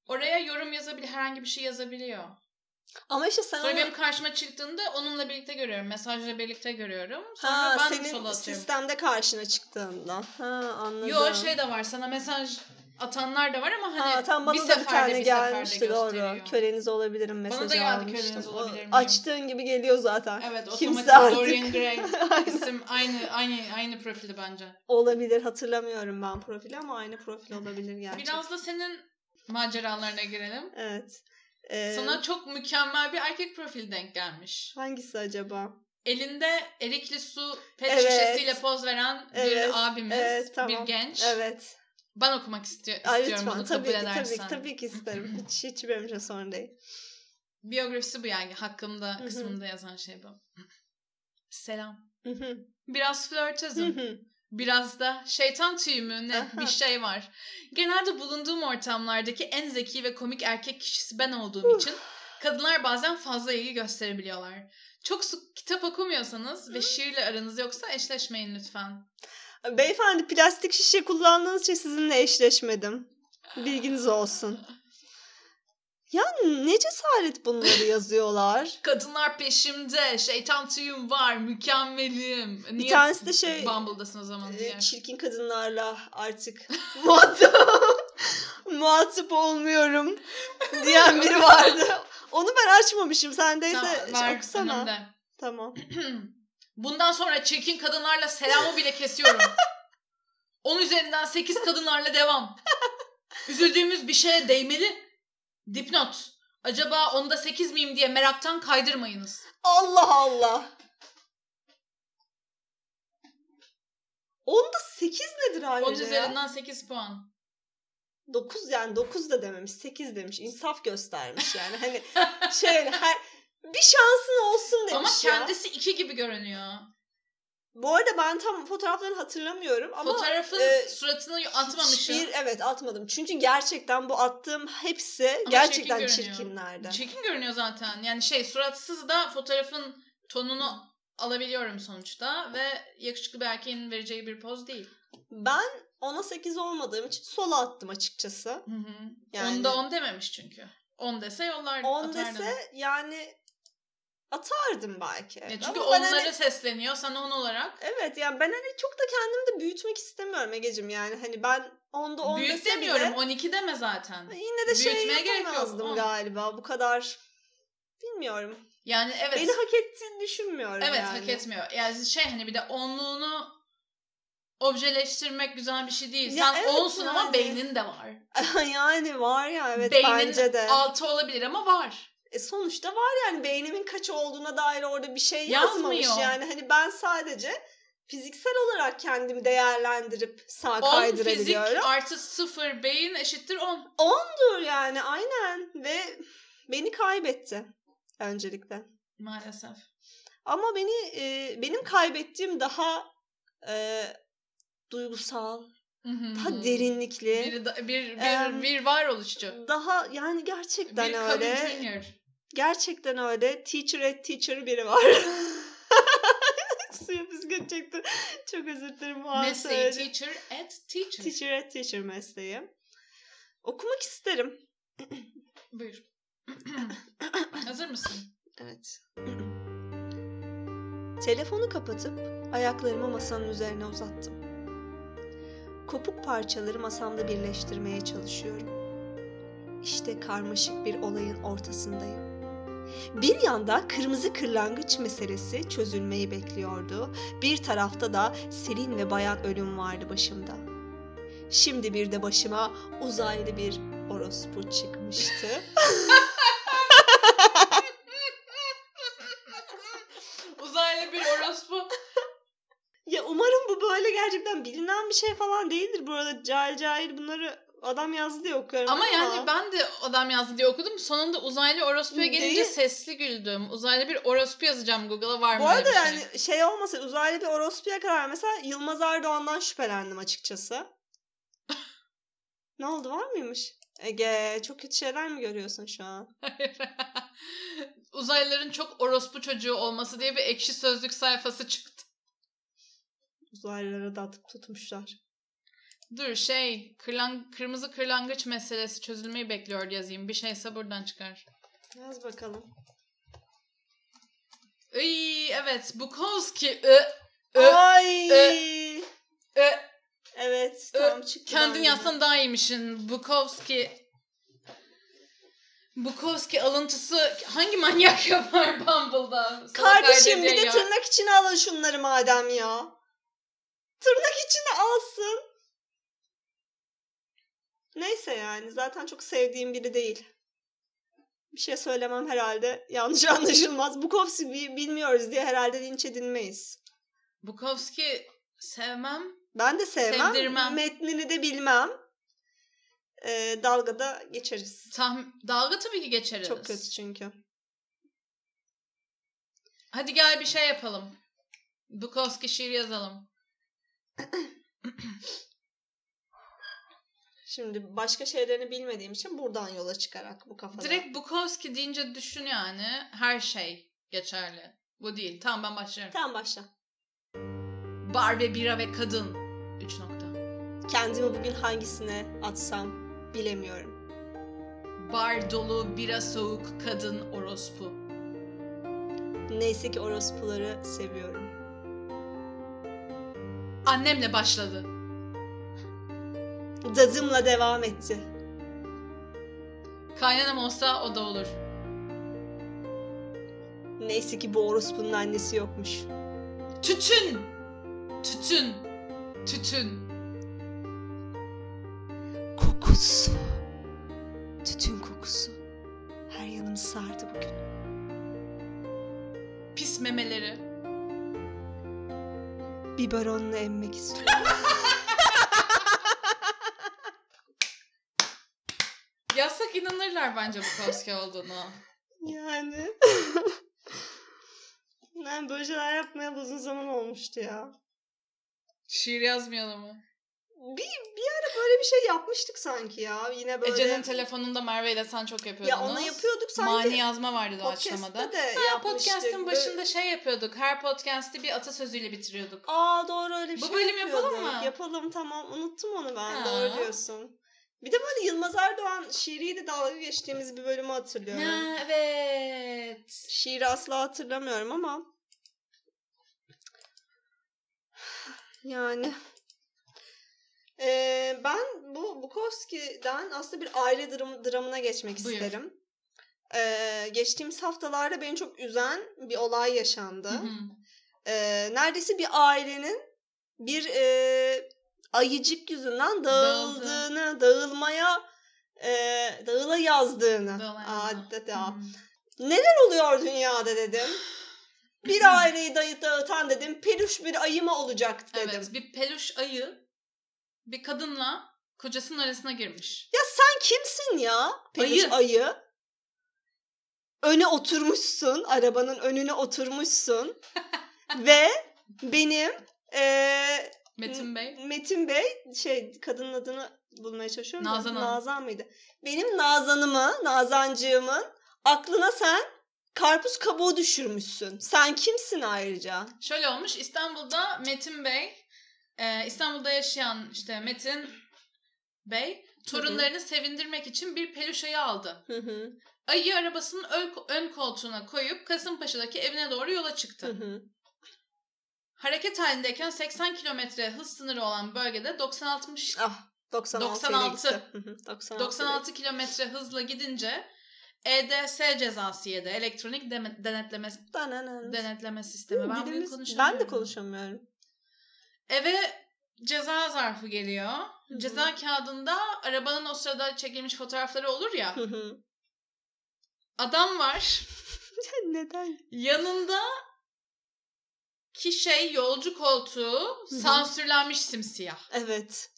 Speaker 2: oraya yorum yazabilir herhangi bir şey yazabiliyor.
Speaker 1: Ama işte sen
Speaker 2: Sonra
Speaker 1: onu-
Speaker 2: benim karşıma çıktığında onunla birlikte görüyorum. Mesajla birlikte görüyorum. Sonra
Speaker 1: ha,
Speaker 2: ben
Speaker 1: senin
Speaker 2: sola atıyorum.
Speaker 1: sistemde karşına çıktığında. Ha anladım.
Speaker 2: Yo şey de var sana mesaj atanlar da var ama hani
Speaker 1: ha, tam bana
Speaker 2: bir
Speaker 1: da bir
Speaker 2: seferde
Speaker 1: tane
Speaker 2: bir
Speaker 1: gelmişti
Speaker 2: seferde
Speaker 1: doğru.
Speaker 2: gösteriyor.
Speaker 1: Köleniz olabilirim
Speaker 2: da
Speaker 1: mesajı
Speaker 2: geldi,
Speaker 1: almıştım.
Speaker 2: "Köleniz
Speaker 1: O-
Speaker 2: olabilir miyim?"
Speaker 1: Açtığın gibi geliyor zaten.
Speaker 2: Evet
Speaker 1: Kimse
Speaker 2: otomatik
Speaker 1: artık. [LAUGHS]
Speaker 2: Dorian Gray
Speaker 1: Aynen.
Speaker 2: isim aynı aynı aynı profilde bence.
Speaker 1: olabilir hatırlamıyorum ben profili ama aynı
Speaker 2: [LAUGHS]
Speaker 1: profil olabilir gerçekten.
Speaker 2: Biraz da senin maceralarına girelim.
Speaker 1: Evet. Ee,
Speaker 2: Sana çok mükemmel bir erkek profil denk gelmiş.
Speaker 1: Hangisi acaba?
Speaker 2: Elinde erikli su pet
Speaker 1: Evet.
Speaker 2: şişesiyle poz veren bir
Speaker 1: Evet,
Speaker 2: abimiz,
Speaker 1: evet, tamam.
Speaker 2: bir genç.
Speaker 1: Evet.
Speaker 2: Ben okumak istiyor,
Speaker 1: Ay
Speaker 2: istiyorum
Speaker 1: lütfen
Speaker 2: bunu
Speaker 1: tabii
Speaker 2: kabul
Speaker 1: ki, tabii
Speaker 2: edersen.
Speaker 1: ki tabii ki isterim. hiç hiç benim için sorun
Speaker 2: [LAUGHS]
Speaker 1: değil.
Speaker 2: Biyografisi bu yani hakkımda
Speaker 1: hı.
Speaker 2: kısmında yazan şey bu. Selam.
Speaker 1: Hı hı,
Speaker 2: Biraz
Speaker 1: hı
Speaker 2: flörtözüm.
Speaker 1: hı.
Speaker 2: Biraz da şeytan tüyü mü ne
Speaker 1: Aha.
Speaker 2: bir şey var. Genelde bulunduğum ortamlardaki en zeki ve komik erkek kişisi ben olduğum için kadınlar bazen fazla ilgi gösterebiliyorlar. Çok sık kitap okumuyorsanız ve şiirle aranız yoksa eşleşmeyin lütfen.
Speaker 1: Beyefendi plastik şişe kullandığınız için sizinle eşleşmedim. Bilginiz olsun. Ya ne cesaret bunları yazıyorlar.
Speaker 2: Kadınlar peşimde. Şeytan tüyüm var. Mükemmelim. Niye
Speaker 1: tanesi de şey-
Speaker 2: Bumble'dasın o zaman diye.
Speaker 1: Ee, Çirkin kadınlarla artık [LAUGHS] muhatap, muhatap olmuyorum diyen biri vardı. Onu ben açmamışım. Sendeyse
Speaker 2: Tamam,
Speaker 1: tamam,
Speaker 2: var
Speaker 1: şey okusana.
Speaker 2: önümde.
Speaker 1: Tamam.
Speaker 2: Bundan sonra çirkin kadınlarla selamı bile
Speaker 1: [LAUGHS]
Speaker 2: kesiyorum. 10 üzerinden 8 kadınlarla devam. Üzüldüğümüz bir şeye değmeli. Dipnot. Acaba onda 8 miyim diye meraktan kaydırmayınız.
Speaker 1: Allah Allah. Onda 8 nedir
Speaker 2: 10
Speaker 1: ayrıca ya?
Speaker 2: üzerinden 8 puan.
Speaker 1: 9 yani 9 da dememiş 8 demiş. İnsaf göstermiş yani.
Speaker 2: [LAUGHS]
Speaker 1: Hani şöyle her bir şansın olsun demiş
Speaker 2: Ama
Speaker 1: ya.
Speaker 2: kendisi 2 gibi görünüyor.
Speaker 1: Bu arada ben tam fotoğraflarını hatırlamıyorum ama
Speaker 2: Fotoğrafın
Speaker 1: e,
Speaker 2: suratını atmamışım.
Speaker 1: hiçbir- evet atmadım. Çünkü gerçekten bu attığım hepsi
Speaker 2: Ama
Speaker 1: gerçekten
Speaker 2: çirkin görünüyor.
Speaker 1: çirkinlerden.
Speaker 2: Çirkin görünüyor zaten. Yani şey suratsız da fotoğrafın tonunu alabiliyorum sonuçta ve yakışıklı bir erkeğin vereceği bir poz değil.
Speaker 1: ben ona 8 olmadığım için sola attım açıkçası.
Speaker 2: Hı hı.
Speaker 1: Yani
Speaker 2: Onda on dememiş çünkü. On dese yollardı.
Speaker 1: on
Speaker 2: atardı.
Speaker 1: dese yani atardım belki.
Speaker 2: Ya
Speaker 1: evet.
Speaker 2: çünkü
Speaker 1: Ama ben
Speaker 2: onlara
Speaker 1: hani-
Speaker 2: sesleniyor. Sen on olarak.
Speaker 1: Evet yani ben hani çok da kendimi de büyütmek istemiyorum Egeciğim yani hani ben onda on
Speaker 2: Büyük
Speaker 1: dese
Speaker 2: demiyorum.
Speaker 1: bile
Speaker 2: on iki deme zaten.
Speaker 1: yine de şey
Speaker 2: Büyütmeye gerek yok,
Speaker 1: yapamazdım
Speaker 2: on.
Speaker 1: galiba bu kadar bilmiyorum.
Speaker 2: Yani evet.
Speaker 1: Beni hak ettiğini düşünmüyorum
Speaker 2: evet
Speaker 1: yani.
Speaker 2: hak etmiyor. Yani şey hani bir de onluğunu objeleştirmek güzel bir şey değil.
Speaker 1: Ya
Speaker 2: Sen
Speaker 1: evet
Speaker 2: onsun ama
Speaker 1: yani.
Speaker 2: beynin de var.
Speaker 1: [LAUGHS] yani var ya evet
Speaker 2: beynin
Speaker 1: bence de.
Speaker 2: altı olabilir ama var.
Speaker 1: E sonuçta var yani beynimin kaç olduğuna dair orada bir şey yazmamış
Speaker 2: Yazmıyor.
Speaker 1: yani. Hani ben sadece fiziksel olarak kendimi değerlendirip sağ
Speaker 2: On fizik
Speaker 1: kaydırabiliyorum.
Speaker 2: artı sıfır beyin eşittir on.
Speaker 1: Dur yani aynen ve beni kaybetti öncelikle.
Speaker 2: Maalesef.
Speaker 1: Ama beni e, benim kaybettiğim daha e, duygusal,
Speaker 2: Hı hı.
Speaker 1: daha derinlikli,
Speaker 2: Bir, da- bir, bir,
Speaker 1: Em,
Speaker 2: bir var oluşçu.
Speaker 1: daha yani gerçekten
Speaker 2: bir Cubby
Speaker 1: öyle.
Speaker 2: Junior.
Speaker 1: Gerçekten öyle. Teacher et teacher biri var. [LAUGHS] Suya püskün çıktı. Çok özür dilerim bu an
Speaker 2: Mesleği
Speaker 1: söyledim.
Speaker 2: teacher at teacher.
Speaker 1: Teacher et teacher mesleği. Okumak isterim.
Speaker 2: Buyur. [COUGHS] Hazır mısın?
Speaker 1: Evet. [CLEARS THROAT] Telefonu kapatıp ayaklarımı masanın üzerine uzattım. Kopuk parçaları masamda birleştirmeye çalışıyorum. İşte karmaşık bir olayın ortasındayım. Bir yanda kırmızı kırlangıç meselesi çözülmeyi bekliyordu. Bir tarafta da Selin ve bayan ölüm vardı başımda. Şimdi bir de başıma uzaylı bir orospu çıkmıştı.
Speaker 2: Uzaylı bir orospu.
Speaker 1: Ya umarım bu böyle gerçekten bilinen bir şey falan değildir. Bu arada cahil cahil bunları adam yazdı diye okuyorum.
Speaker 2: Ama yani ben de adam yazdı diye okudum. Sonunda uzaylı orospuya gelince
Speaker 1: Değil.
Speaker 2: sesli güldüm. Uzaylı bir orospu yazacağım Google'a var mı
Speaker 1: Bu
Speaker 2: öyle
Speaker 1: arada
Speaker 2: bir şey? [LAUGHS]
Speaker 1: yani şey, olmasa uzaylı bir orospuya kadar mesela Yılmaz Erdoğan'dan şüphelendim
Speaker 2: [LAUGHS]
Speaker 1: açıkçası. ne oldu var mıymış? Ege çok kötü şeyler mi görüyorsun şu an?
Speaker 2: Uzaylıların çok orospu çocuğu olması diye bir ekşi sözlük sayfası çıktı.
Speaker 1: Uzaylılara da atıp tutmuşlar.
Speaker 2: Dur şey kırlang kırmızı kırlangıç meselesi çözülmeyi bekliyor yazayım. Bir şeyse buradan çıkar.
Speaker 1: Yaz bakalım.
Speaker 2: Iy, evet Bukowski ı, ı,
Speaker 1: Ay!
Speaker 2: ı,
Speaker 1: evet
Speaker 2: Ö-
Speaker 1: tamam çıktı.
Speaker 2: Kendin
Speaker 1: bende.
Speaker 2: yazsan daha iyiymişsin. Bukowski Bukowski alıntısı hangi manyak yapar Bumble'da? Sana
Speaker 1: Kardeşim bir
Speaker 2: kaydediyor
Speaker 1: de
Speaker 2: ya.
Speaker 1: tırnak içine alın şunları madem ya. Tırnak içine alsın. Neyse yani zaten çok sevdiğim biri değil. Bir şey söylemem herhalde yanlış [LAUGHS] anlaşılmaz. Bukowski'yi bilmiyoruz diye herhalde linç edilmeyiz.
Speaker 2: Bukowski sevmem.
Speaker 1: Ben de sevmem.
Speaker 2: Sevdirmem.
Speaker 1: Metnini de bilmem. Ee, dalgada geçeriz.
Speaker 2: Tahm- dalga tabii ki geçeriz.
Speaker 1: Çok kötü çünkü.
Speaker 2: Hadi gel bir şey yapalım. Bukowski şiir yazalım.
Speaker 1: Şimdi başka şeylerini bilmediğim için buradan yola çıkarak bu kafada.
Speaker 2: Direkt Bukowski deyince düşün yani her şey geçerli. Bu değil. Tamam ben başlıyorum.
Speaker 1: Tamam başla.
Speaker 2: Bar ve bira ve kadın. 3 nokta.
Speaker 1: Kendimi bugün hangisine atsam Bilemiyorum.
Speaker 2: Bar dolu, bira soğuk, kadın orospu.
Speaker 1: Neyse ki orospuları seviyorum.
Speaker 2: Annemle başladı.
Speaker 1: Dadımla devam etti.
Speaker 2: Kaynanam olsa o da olur.
Speaker 1: Neyse ki bu orospunun annesi yokmuş.
Speaker 2: Tütün! Tütün! Tütün!
Speaker 1: Kokusu. Tütün kokusu. Her yanımı sardı bugün.
Speaker 2: Pis memeleri.
Speaker 1: Biberonla emmek istiyorum. [LAUGHS]
Speaker 2: Yazsak inanırlar bence
Speaker 1: [LAUGHS]
Speaker 2: Bukowski olduğunu.
Speaker 1: yani. [LAUGHS] ben böyle şeyler yapmaya uzun zaman olmuştu ya.
Speaker 2: Şiir yazmayalım mı?
Speaker 1: Bir, bir ara böyle bir şey yapmıştık sanki ya. Yine böyle.
Speaker 2: Ece'nin telefonunda Merve ile sen çok yapıyordunuz.
Speaker 1: ya onu yapıyorduk sanki.
Speaker 2: Mani yazma vardı da açlamada.
Speaker 1: Podcast'ta da
Speaker 2: Ha,
Speaker 1: yapmıştık.
Speaker 2: podcast'ın
Speaker 1: Böyle-
Speaker 2: başında şey yapıyorduk. Her podcast'i bir atasözüyle bitiriyorduk.
Speaker 1: Aa doğru öyle bir
Speaker 2: Bu
Speaker 1: şey
Speaker 2: bölüm yapalım
Speaker 1: yapıyorduk.
Speaker 2: mı?
Speaker 1: Yapalım tamam unuttum onu ben
Speaker 2: Ha.
Speaker 1: doğru diyorsun. Bir de böyle Yılmaz Erdoğan şiiriyle dalga geçtiğimiz bir bölümü hatırlıyorum.
Speaker 2: Ha, evet.
Speaker 1: Şiiri asla hatırlamıyorum ama. [SIGHS] Yani. Ee, ben bu Bukowski'den aslında bir aile dram- dramına geçmek
Speaker 2: Buyur.
Speaker 1: isterim. Ee, geçtiğimiz haftalarda beni çok üzen bir olay yaşandı.
Speaker 2: Hı hı.
Speaker 1: Ee, neredeyse bir ailenin bir e, ayıcık yüzünden dağıldığını, dağılmaya e, dağıla yazdığını
Speaker 2: Dolaylı.
Speaker 1: adeta
Speaker 2: Hı.
Speaker 1: neler oluyor dünyada
Speaker 2: [SIGHS]
Speaker 1: dedim. Bir aileyi dayı dağıtan dedim. Peluş bir ayı mı olacak dedim.
Speaker 2: Evet, bir peluş ayı bir kadınla kocasının arasına girmiş.
Speaker 1: Ya sen kimsin ya? Peluş
Speaker 2: Ayı.
Speaker 1: ayı. Öne oturmuşsun. Arabanın önüne
Speaker 2: [LAUGHS]
Speaker 1: oturmuşsun. Ve benim eee,
Speaker 2: Metin Bey.
Speaker 1: Metin Bey şey kadının adını bulmaya çalışıyorum. da,
Speaker 2: Nazan Hanım.
Speaker 1: Nazan mıydı? Benim Nazan'ımı, Nazancığımın aklına sen karpuz kabuğu düşürmüşsün. Sen kimsin ayrıca?
Speaker 2: Şöyle olmuş İstanbul'da Metin Bey, e, İstanbul'da yaşayan işte Metin Bey torunlarını sevindirmek için bir peluş ayı aldı.
Speaker 1: Hı hı,
Speaker 2: Ayıyı arabasının ön, ön koltuğuna koyup Kasımpaşa'daki evine doğru yola çıktı.
Speaker 1: hı hı.
Speaker 2: Hareket halindeyken 80 kilometre hız sınırı olan bölgede 96
Speaker 1: ah 96.
Speaker 2: 96.
Speaker 1: 96.
Speaker 2: 96 kilometre hızla gidince EDS cezası yedi. Elektronik deme- denetleme
Speaker 1: Dananan.
Speaker 2: denetleme sistemi. Ben bunu
Speaker 1: Dilimiz-
Speaker 2: konuşamıyorum.
Speaker 1: ben de konuşamıyorum.
Speaker 2: Eve ceza zarfı geliyor. Ceza kağıdında arabanın o sırada çekilmiş fotoğrafları olur ya.
Speaker 1: Hı hı.
Speaker 2: Adam var.
Speaker 1: Neden?
Speaker 2: Yanında ki şey yolcu koltuğu
Speaker 1: hı.
Speaker 2: sansürlenmiş simsiyah.
Speaker 1: Evet.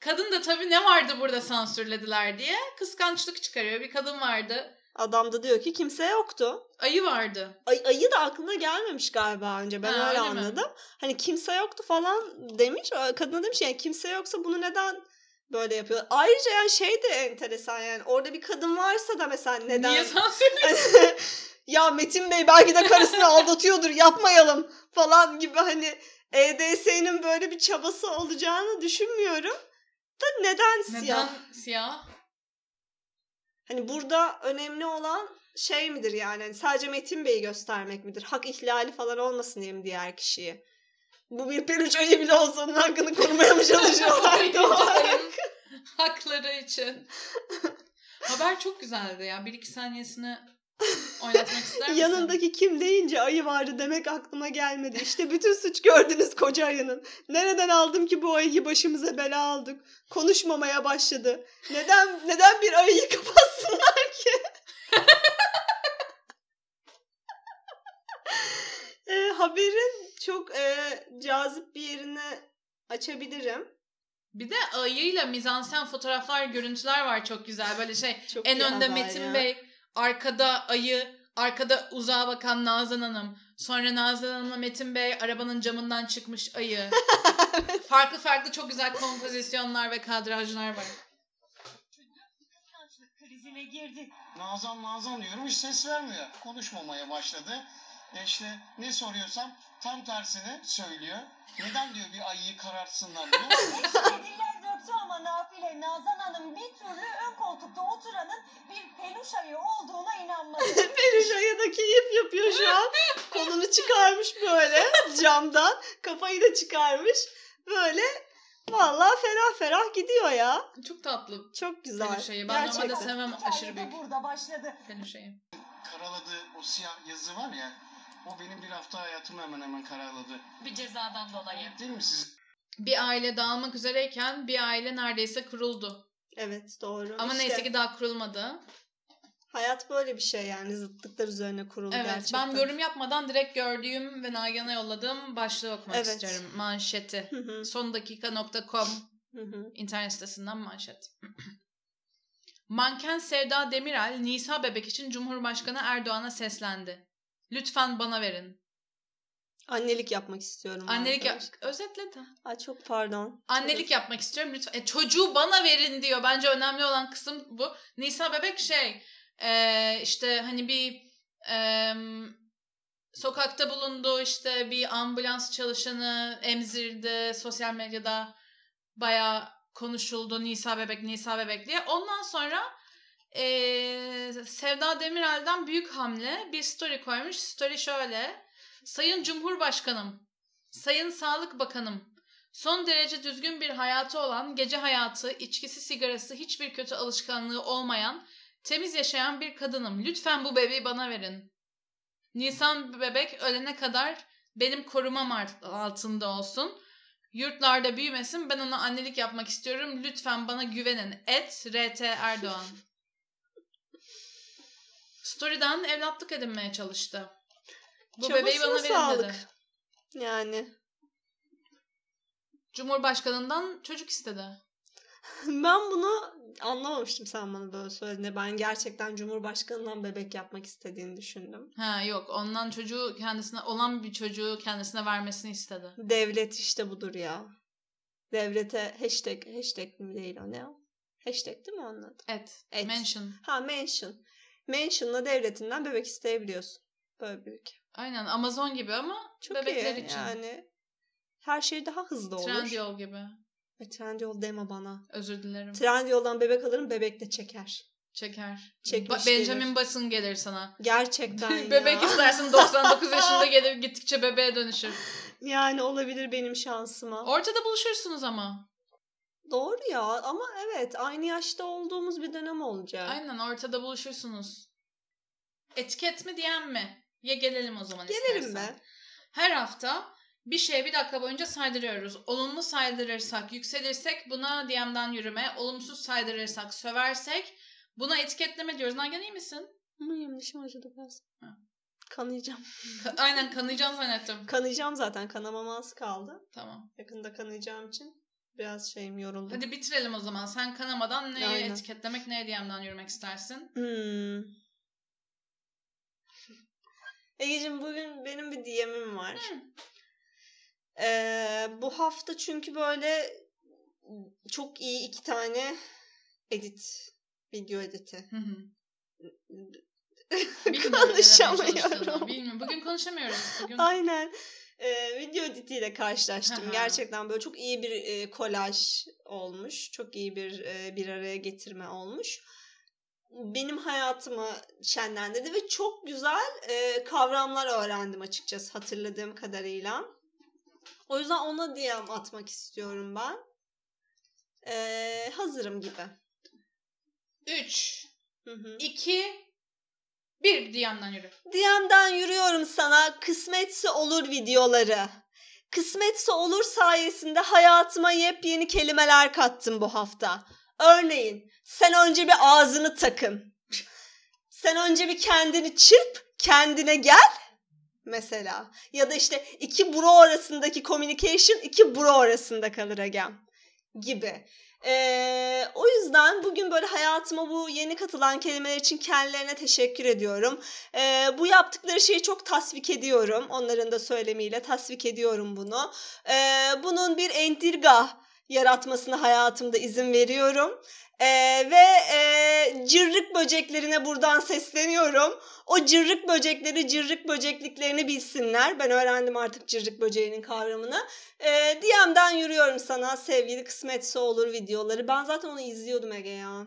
Speaker 2: Kadın da tabii ne vardı burada sansürlediler diye kıskançlık çıkarıyor. Bir kadın vardı.
Speaker 1: Adam da diyor ki kimse yoktu.
Speaker 2: Ayı vardı.
Speaker 1: Ay, ayı da aklına gelmemiş galiba önce. Ben
Speaker 2: Ha,
Speaker 1: öyle,
Speaker 2: öyle mi?
Speaker 1: anladım. Hani kimse yoktu falan demiş. O Kadına demiş yani kimse yoksa bunu neden böyle yapıyor? Ayrıca yani şey de enteresan yani orada bir kadın varsa da mesela neden? [LAUGHS]
Speaker 2: Niye sansürlüyor?
Speaker 1: ya Metin Bey belki de
Speaker 2: [LAUGHS]
Speaker 1: karısını aldatıyordur yapmayalım falan gibi hani EDS'nin böyle bir çabası olacağını düşünmüyorum. Da neden siyah? [LAUGHS]
Speaker 2: Neden siyah?
Speaker 1: Hani burada önemli olan şey midir yani? Hani sadece Metin Bey'i göstermek midir? Hak ihlali falan olmasın diye mi diğer kişiye? Bu bir peluş ayı bile olsa onun hakkını korumaya mı çalışıyorlardı? o
Speaker 2: Oyuncu
Speaker 1: ara?
Speaker 2: ayın Hakları için. Haber çok güzeldi ya. Bir iki saniyesini oynatmak ister misin?
Speaker 1: Yanındaki kim deyince ayı vardı demek aklıma gelmedi. İşte bütün suç gördünüz koca ayının. Nereden aldım ki bu ayıyı başımıza bela aldık? Konuşmamaya başladı. Neden neden bir ayıyı kapatsınlar ki? [LAUGHS] E, haberin çok e, cazip bir yerini açabilirim.
Speaker 2: Bir de ayıyla mizansen fotoğraflar, görüntüler var çok güzel. Böyle şey
Speaker 1: Çok
Speaker 2: en
Speaker 1: iyi
Speaker 2: önde
Speaker 1: haber
Speaker 2: Metin
Speaker 1: ya.
Speaker 2: Bey, arkada ayı, arkada uzağa bakan Nazan Hanım. Sonra Nazan Hanım'la Metin Bey arabanın camından
Speaker 1: [LAUGHS]
Speaker 2: çıkmış ayı. farklı farklı çok güzel kompozisyonlar ve kadrajlar var.
Speaker 3: krizine girdi. Nazan Nazan diyorum hiç ses vermiyor. Konuşmamaya başladı. E işte ne soruyorsam
Speaker 4: [LAUGHS]
Speaker 3: tam tersini söylüyor. Neden diyor bir ayıyı karartsınlar diyor.
Speaker 4: Söylediler Yaptı ama nafile Nazan Hanım bir türlü ön koltukta oturanın bir peluş ayı olduğuna
Speaker 2: [LAUGHS]
Speaker 4: inanmadı.
Speaker 1: Peluşaya da keyif yapıyor şu an. Kolunu çıkarmış böyle camdan. Kafayı da çıkarmış. Böyle vallahi ferah ferah gidiyor ya.
Speaker 2: Çok tatlı
Speaker 1: Çok güzel.
Speaker 2: Peluşayı. şey. Ben
Speaker 1: Gerçekten.
Speaker 2: normalde sevmem
Speaker 4: Hikaye
Speaker 2: aşırı
Speaker 4: de
Speaker 2: büyük
Speaker 4: burada başladı.
Speaker 2: peluşayı.
Speaker 3: Karaladığı o siyah yazı var ya. O benim bir hafta hayatımı hemen hemen karaladı.
Speaker 5: Bir cezadan dolayı.
Speaker 3: Değil mi siz?
Speaker 2: Bir aile dağılmak üzereyken bir aile neredeyse kuruldu.
Speaker 1: Evet doğru.
Speaker 2: Ama
Speaker 1: İşte
Speaker 2: neyse ki daha kurulmadı.
Speaker 1: Hayat böyle bir şey yani zıtlıklar üzerine kurulu
Speaker 2: Evet
Speaker 1: gerçekten.
Speaker 2: ben yorum yapmadan direkt gördüğüm ve Nagihan'a yolladığım başlığı okumak
Speaker 1: Evet.
Speaker 2: istiyorum. Manşeti.
Speaker 1: Hı hı,
Speaker 2: Sondakika.com
Speaker 1: hı hı.
Speaker 2: internet sitesinden manşet. [CLEARS THROAT] Manken Sevda Demirel, Nisa bebek için Cumhurbaşkanı Erdoğan'a seslendi. Lütfen bana verin.
Speaker 1: Annelik yapmak istiyorum.
Speaker 2: Annelik yap...
Speaker 1: arkadaş.
Speaker 2: Özetle de.
Speaker 1: Ay çok pardon.
Speaker 2: Annelik yapmak istiyorum lütfen. E, çocuğu bana verin diyor. Bence önemli olan kısım bu. Nisa bebek şey e, işte hani bir e, sokakta bulundu işte bir ambulans çalışanı emzirdi sosyal medyada bayağı konuşuldu Nisa bebek Nisa bebek diye. Ondan sonra e, Sevda Demirel'den büyük hamle bir story koymuş. Story şöyle. Sayın Cumhurbaşkanım, Sayın Sağlık Bakanım, Son derece düzgün bir hayatı olan, gece hayatı, içkisi, sigarası, hiçbir kötü alışkanlığı olmayan, temiz yaşayan bir kadınım. Lütfen bu bebeği bana verin. Nisan bebek ölene kadar benim korumam art- altında olsun. Yurtlarda büyümesin. Ben ona annelik yapmak istiyorum. Lütfen bana güvenin. Et RT Erdoğan. Story'den evlatlık edinmeye çalıştı. Bu
Speaker 1: Çabasına
Speaker 2: bebeği bana verin
Speaker 1: sağlık.
Speaker 2: dedi.
Speaker 1: Yani [LAUGHS]
Speaker 2: Cumhurbaşkanından çocuk istedi.
Speaker 1: ben bunu anlamamıştım sen bana böyle söylediğinde. Ben gerçekten Cumhurbaşkanından bebek yapmak istediğini düşündüm.
Speaker 2: Ha yok ondan çocuğu kendisine olan bir çocuğu kendisine vermesini istedi.
Speaker 1: Devlet işte budur ya. Devlete hashtag, hashtag mi değil o ne o? Hashtag değil mi onun adı?
Speaker 2: Et.
Speaker 1: Et.
Speaker 2: Mention.
Speaker 1: Ha mention. Mention'la devletinden bebek isteyebiliyorsun. Böyle bir ülke.
Speaker 2: Aynen Amazon gibi ama
Speaker 1: Çok
Speaker 2: bebekler
Speaker 1: iyi
Speaker 2: için.
Speaker 1: yani. Her şey daha hızlı olur. Trendyol.
Speaker 2: Trendyol gibi.
Speaker 1: Trendyol deme bana.
Speaker 2: Özür dilerim.
Speaker 1: Trendyol'dan bebek alırım bebek de çeker.
Speaker 2: Çeker.
Speaker 1: Çekmiş
Speaker 2: Ba- Benjamin
Speaker 1: gelir.
Speaker 2: Basın gelir sana. [LAUGHS]
Speaker 1: Gerçekten
Speaker 2: Bebek
Speaker 1: ya.
Speaker 2: istersin 99 yaşında gelir gittikçe
Speaker 1: [LAUGHS]
Speaker 2: bebeğe dönüşür.
Speaker 1: Yani olabilir benim şansıma.
Speaker 2: Ortada buluşursunuz ama.
Speaker 1: Doğru ya ama evet aynı yaşta olduğumuz bir dönem olacak.
Speaker 2: Aynen ortada buluşursunuz. Etiket mi diyen mi? Ya gelelim o zaman
Speaker 1: Gelelim
Speaker 2: istersen.
Speaker 1: be.
Speaker 2: Her hafta bir şeye bir dakika boyunca saydırıyoruz. Olumlu saydırırsak, yükselirsek buna DM'den yürüme. Olumsuz saydırırsak, söversek buna etiketleme diyoruz. Nagen iyi misin?
Speaker 1: Ama yanlışım acıdı biraz.
Speaker 2: Ha.
Speaker 1: Kanayacağım.
Speaker 2: Ka- Aynen kanayacağını zannettim.
Speaker 1: Kanayacağım zaten kanamam az kaldı.
Speaker 2: Tamam.
Speaker 1: Yakında kanayacağım için biraz şeyim yoruldum.
Speaker 2: Hadi bitirelim o zaman. Sen kanamadan neye
Speaker 1: Aynen.
Speaker 2: etiketlemek, neye DM'den yürümek istersin? [LAUGHS]
Speaker 1: Hmm. Egeciğim bugün benim bir DM'im var.
Speaker 2: Hı.
Speaker 1: Ee, bu hafta çünkü böyle çok iyi iki tane edit, video editi.
Speaker 2: Hı hı.
Speaker 1: [LAUGHS]
Speaker 2: Bilmiyorum neler çalıştığını.
Speaker 1: Konuşamıyorum.
Speaker 2: Bilmiyorum. Bugün konuşamıyoruz. [LAUGHS] Bugün
Speaker 1: Aynen. Ee, video editiyle karşılaştım.
Speaker 2: Aha.
Speaker 1: Gerçekten böyle çok iyi bir e, kolaj olmuş. Çok iyi bir e, bir araya getirme olmuş. Benim hayatımı şenlendirdi ve çok güzel e, kavramlar öğrendim açıkçası hatırladığım kadarıyla. O yüzden ona DM atmak istiyorum ben. Ee, hazırım gibi.
Speaker 2: 3,
Speaker 1: Hı hı.
Speaker 2: 2, 1 DM'den yürü.
Speaker 1: DM'den yürüyorum sana kısmetse olur videoları. Kısmetse olur sayesinde hayatıma yepyeni kelimeler kattım bu hafta. Örneğin sen önce bir ağzını takın. Sen önce bir kendini çırp, kendine gel. Mesela ya da işte iki bro arasındaki communication iki bro arasında kalır agam gibi. Ee, o yüzden bugün böyle hayatıma bu yeni katılan kelimeler için kendilerine teşekkür ediyorum. Ee, bu yaptıkları şeyi çok tasvik ediyorum. Onların da söylemiyle tasvik ediyorum bunu. Ee, bunun bir endirga yaratmasına hayatımda izin veriyorum. Ee, ve e, cırrık böceklerine buradan sesleniyorum. O cırrık böcekleri cırrık böcekliklerini bilsinler. Ben öğrendim artık cırrık böceğinin kavramını. Ee, DM'den yürüyorum sana sevgili kısmetse olur videoları. Ben zaten onu izliyordum Ege ya.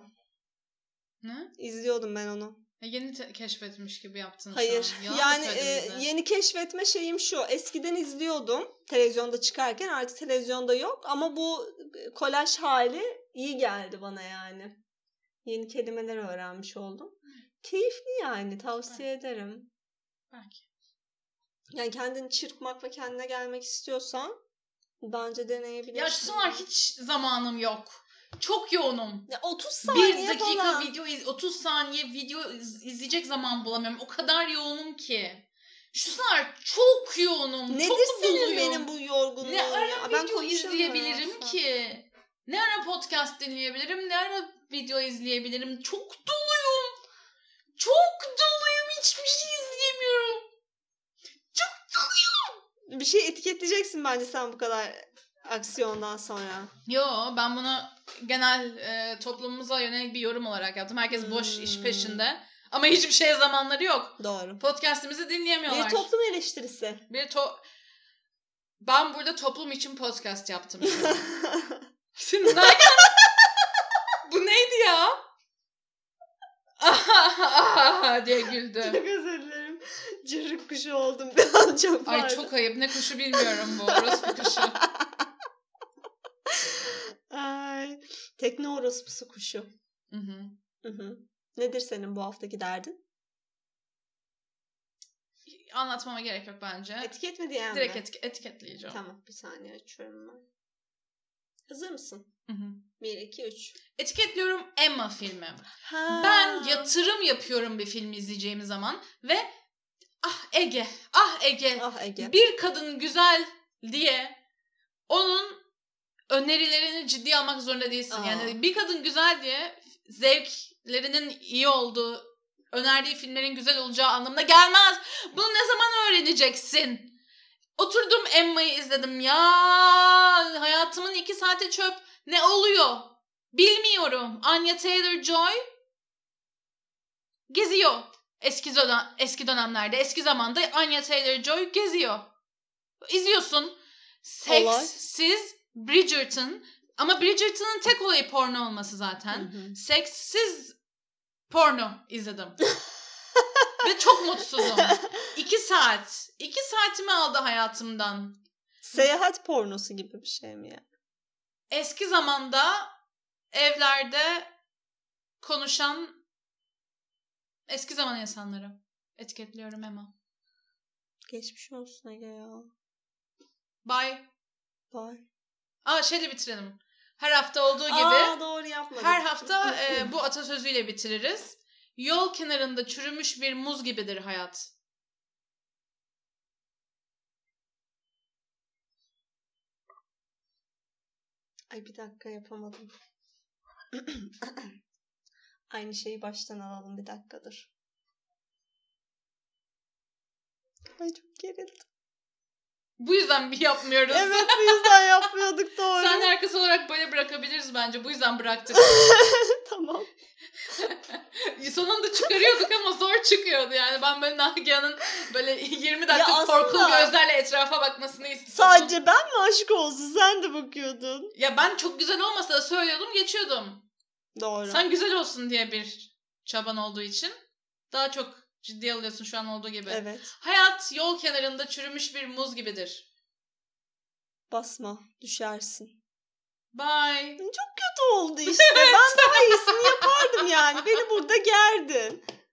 Speaker 2: Ne?
Speaker 1: İzliyordum ben onu.
Speaker 2: E, Yeni te- keşfetmiş gibi yaptın
Speaker 1: Hayır.
Speaker 2: şu an. Yalan
Speaker 1: yani
Speaker 2: mı
Speaker 1: e,
Speaker 2: söyledin bize?
Speaker 1: yeni keşfetme şeyim şu. Eskiden izliyordum televizyonda çıkarken artık televizyonda yok ama bu e, kolaj hali iyi geldi bana yani. Yeni kelimeler öğrenmiş oldum. Keyifli yani tavsiye ederim.
Speaker 2: Belki.
Speaker 1: Yani kendini çırpmak ve kendine gelmek istiyorsan bence deneyebilirsin.
Speaker 2: Ya şu sıralar hiç zamanım yok. Çok yoğunum.
Speaker 1: Ya 30 saniye
Speaker 2: Bir dakika
Speaker 1: falan.
Speaker 2: video iz- 30 saniye video iz- izleyecek zaman bulamıyorum. O kadar yoğunum ki. Şu sıralar çok yoğunum.
Speaker 1: Nedir
Speaker 2: çok
Speaker 1: senin
Speaker 2: doluyum.
Speaker 1: benim bu yorgunluğum?
Speaker 2: Ne ara
Speaker 1: ya? Ben
Speaker 2: video
Speaker 1: konuşamıyorum
Speaker 2: izleyebilirim
Speaker 1: aslında.
Speaker 2: ki? Ne ara podcast dinleyebilirim? Ne ara video izleyebilirim? Çok doluyum. Çok doluyum. Hiçbir şey izleyemiyorum.
Speaker 1: Bir şey etiketleyeceksin bence sen bu kadar aksiyondan sonra.
Speaker 2: Yo ben bunu genel e, toplumumuza yönelik bir yorum olarak yaptım. Herkes boş iş
Speaker 1: Hmm.
Speaker 2: peşinde. Ama hiçbir şeye zamanları yok.
Speaker 1: Doğru.
Speaker 2: Podcast'imizi dinleyemiyorlar.
Speaker 1: Bir toplum eleştirisi.
Speaker 2: Bir to- ben burada toplum için
Speaker 1: [LAUGHS]
Speaker 2: podcast yaptım. şu an. Şimdi Nagihan... Bu neydi ya? [LAUGHS] diye
Speaker 1: çok
Speaker 2: güldüm.
Speaker 1: özür dilerim. Cırık kuşu oldum [LAUGHS] bir an çok pardon.
Speaker 2: Ay çok ayıp. Ne kuşu bilmiyorum bu. Orospu kuşu.
Speaker 1: Ay. Tekne orospusu kuşu.
Speaker 2: Hı hı.
Speaker 1: Hı hı. Nedir senin bu haftaki derdin?
Speaker 2: Anlatmama gerek yok bence.
Speaker 1: Etiket mi diyen
Speaker 2: Direkt
Speaker 1: mi?
Speaker 2: etike- etiketleyeceğim.
Speaker 1: Tamam bir saniye açıyorum ben. Hazır mısın?
Speaker 2: Hı hı.
Speaker 1: 1, 2, 3.
Speaker 2: Etiketliyorum Emma filmi.
Speaker 1: Ha.
Speaker 2: Ben yatırım yapıyorum bir filmi izleyeceğim zaman ve ah Ege, ah Ege,
Speaker 1: Ah Ege.
Speaker 2: bir kadın güzel diye onun önerilerini ciddiye almak zorunda değilsin.
Speaker 1: Aa.
Speaker 2: Yani bir kadın güzel diye zevklerinin iyi olduğu, önerdiği filmlerin güzel olacağı anlamına gelmez. Bunu ne zaman öğreneceksin? Oturdum Emma'yı izledim. Ya hayatımın iki saati çöp. Ne oluyor? Bilmiyorum. Anya Taylor-Joy geziyor. Eski, dönem, eski dönemlerde, eski zamanda Anya Taylor-Joy geziyor. İzliyorsun.
Speaker 1: Olay.
Speaker 2: Seksiz Bridgerton. Ama Bridgerton'ın tek olayı porno olması zaten.
Speaker 1: Hı hı.
Speaker 2: Seksiz porno izledim. Ve çok mutsuzum. İki saat. İki saatimi aldı hayatımdan.
Speaker 1: [LAUGHS] Seyahat pornosu gibi bir şey mi ya?
Speaker 2: Eski zamanda evlerde konuşan eski zaman insanları etiketliyorum Emma.
Speaker 1: Geçmiş olsun Ege ya.
Speaker 2: Bye.
Speaker 1: Bye.
Speaker 2: Aa şeyle bitirelim. Her hafta olduğu gibi
Speaker 1: Aa doğru yapmadım.
Speaker 2: her hafta
Speaker 1: [LAUGHS]
Speaker 2: e, bu atasözüyle bitiririz. Yol kenarında çürümüş bir muz gibidir hayat.
Speaker 1: [CLEARS THROAT] Ay bir dakika yapamadım. [CLEARS THROAT] Aynı şeyi baştan alalım bir dakikadır. Ay çok gerildim.
Speaker 2: Bu yüzden bir yapmıyoruz.
Speaker 1: Evet bu yüzden [LAUGHS] yapmıyorduk doğru.
Speaker 2: Sen arkası olarak böyle bırakabiliriz bence. Bu yüzden bıraktık.
Speaker 1: tamam.
Speaker 2: E, Sonunda çıkarıyorduk ama zor çıkıyordu yani. Ben böyle Nagihan'ın böyle [LAUGHS] 20 dakika
Speaker 1: Ya
Speaker 2: korkulu
Speaker 1: aslında-
Speaker 2: gözlerle etrafa bakmasını istiyordum.
Speaker 1: Sadece ben mi aşık olsun? Sen de bakıyordun.
Speaker 2: Ya ben çok güzel olmasa da söylüyordum geçiyordum.
Speaker 1: Doğru.
Speaker 2: Sen güzel olsun diye bir çaban olduğu için daha çok ciddiye alıyorsun şu an olduğu gibi.
Speaker 1: Evet.
Speaker 2: Hayat yol kenarında çürümüş bir muz gibidir.
Speaker 1: Basma. Düşersin.
Speaker 2: Bye.
Speaker 1: Kötü oldu işte. Ben daha iyisini yapardım yani. Beni burada gerdin.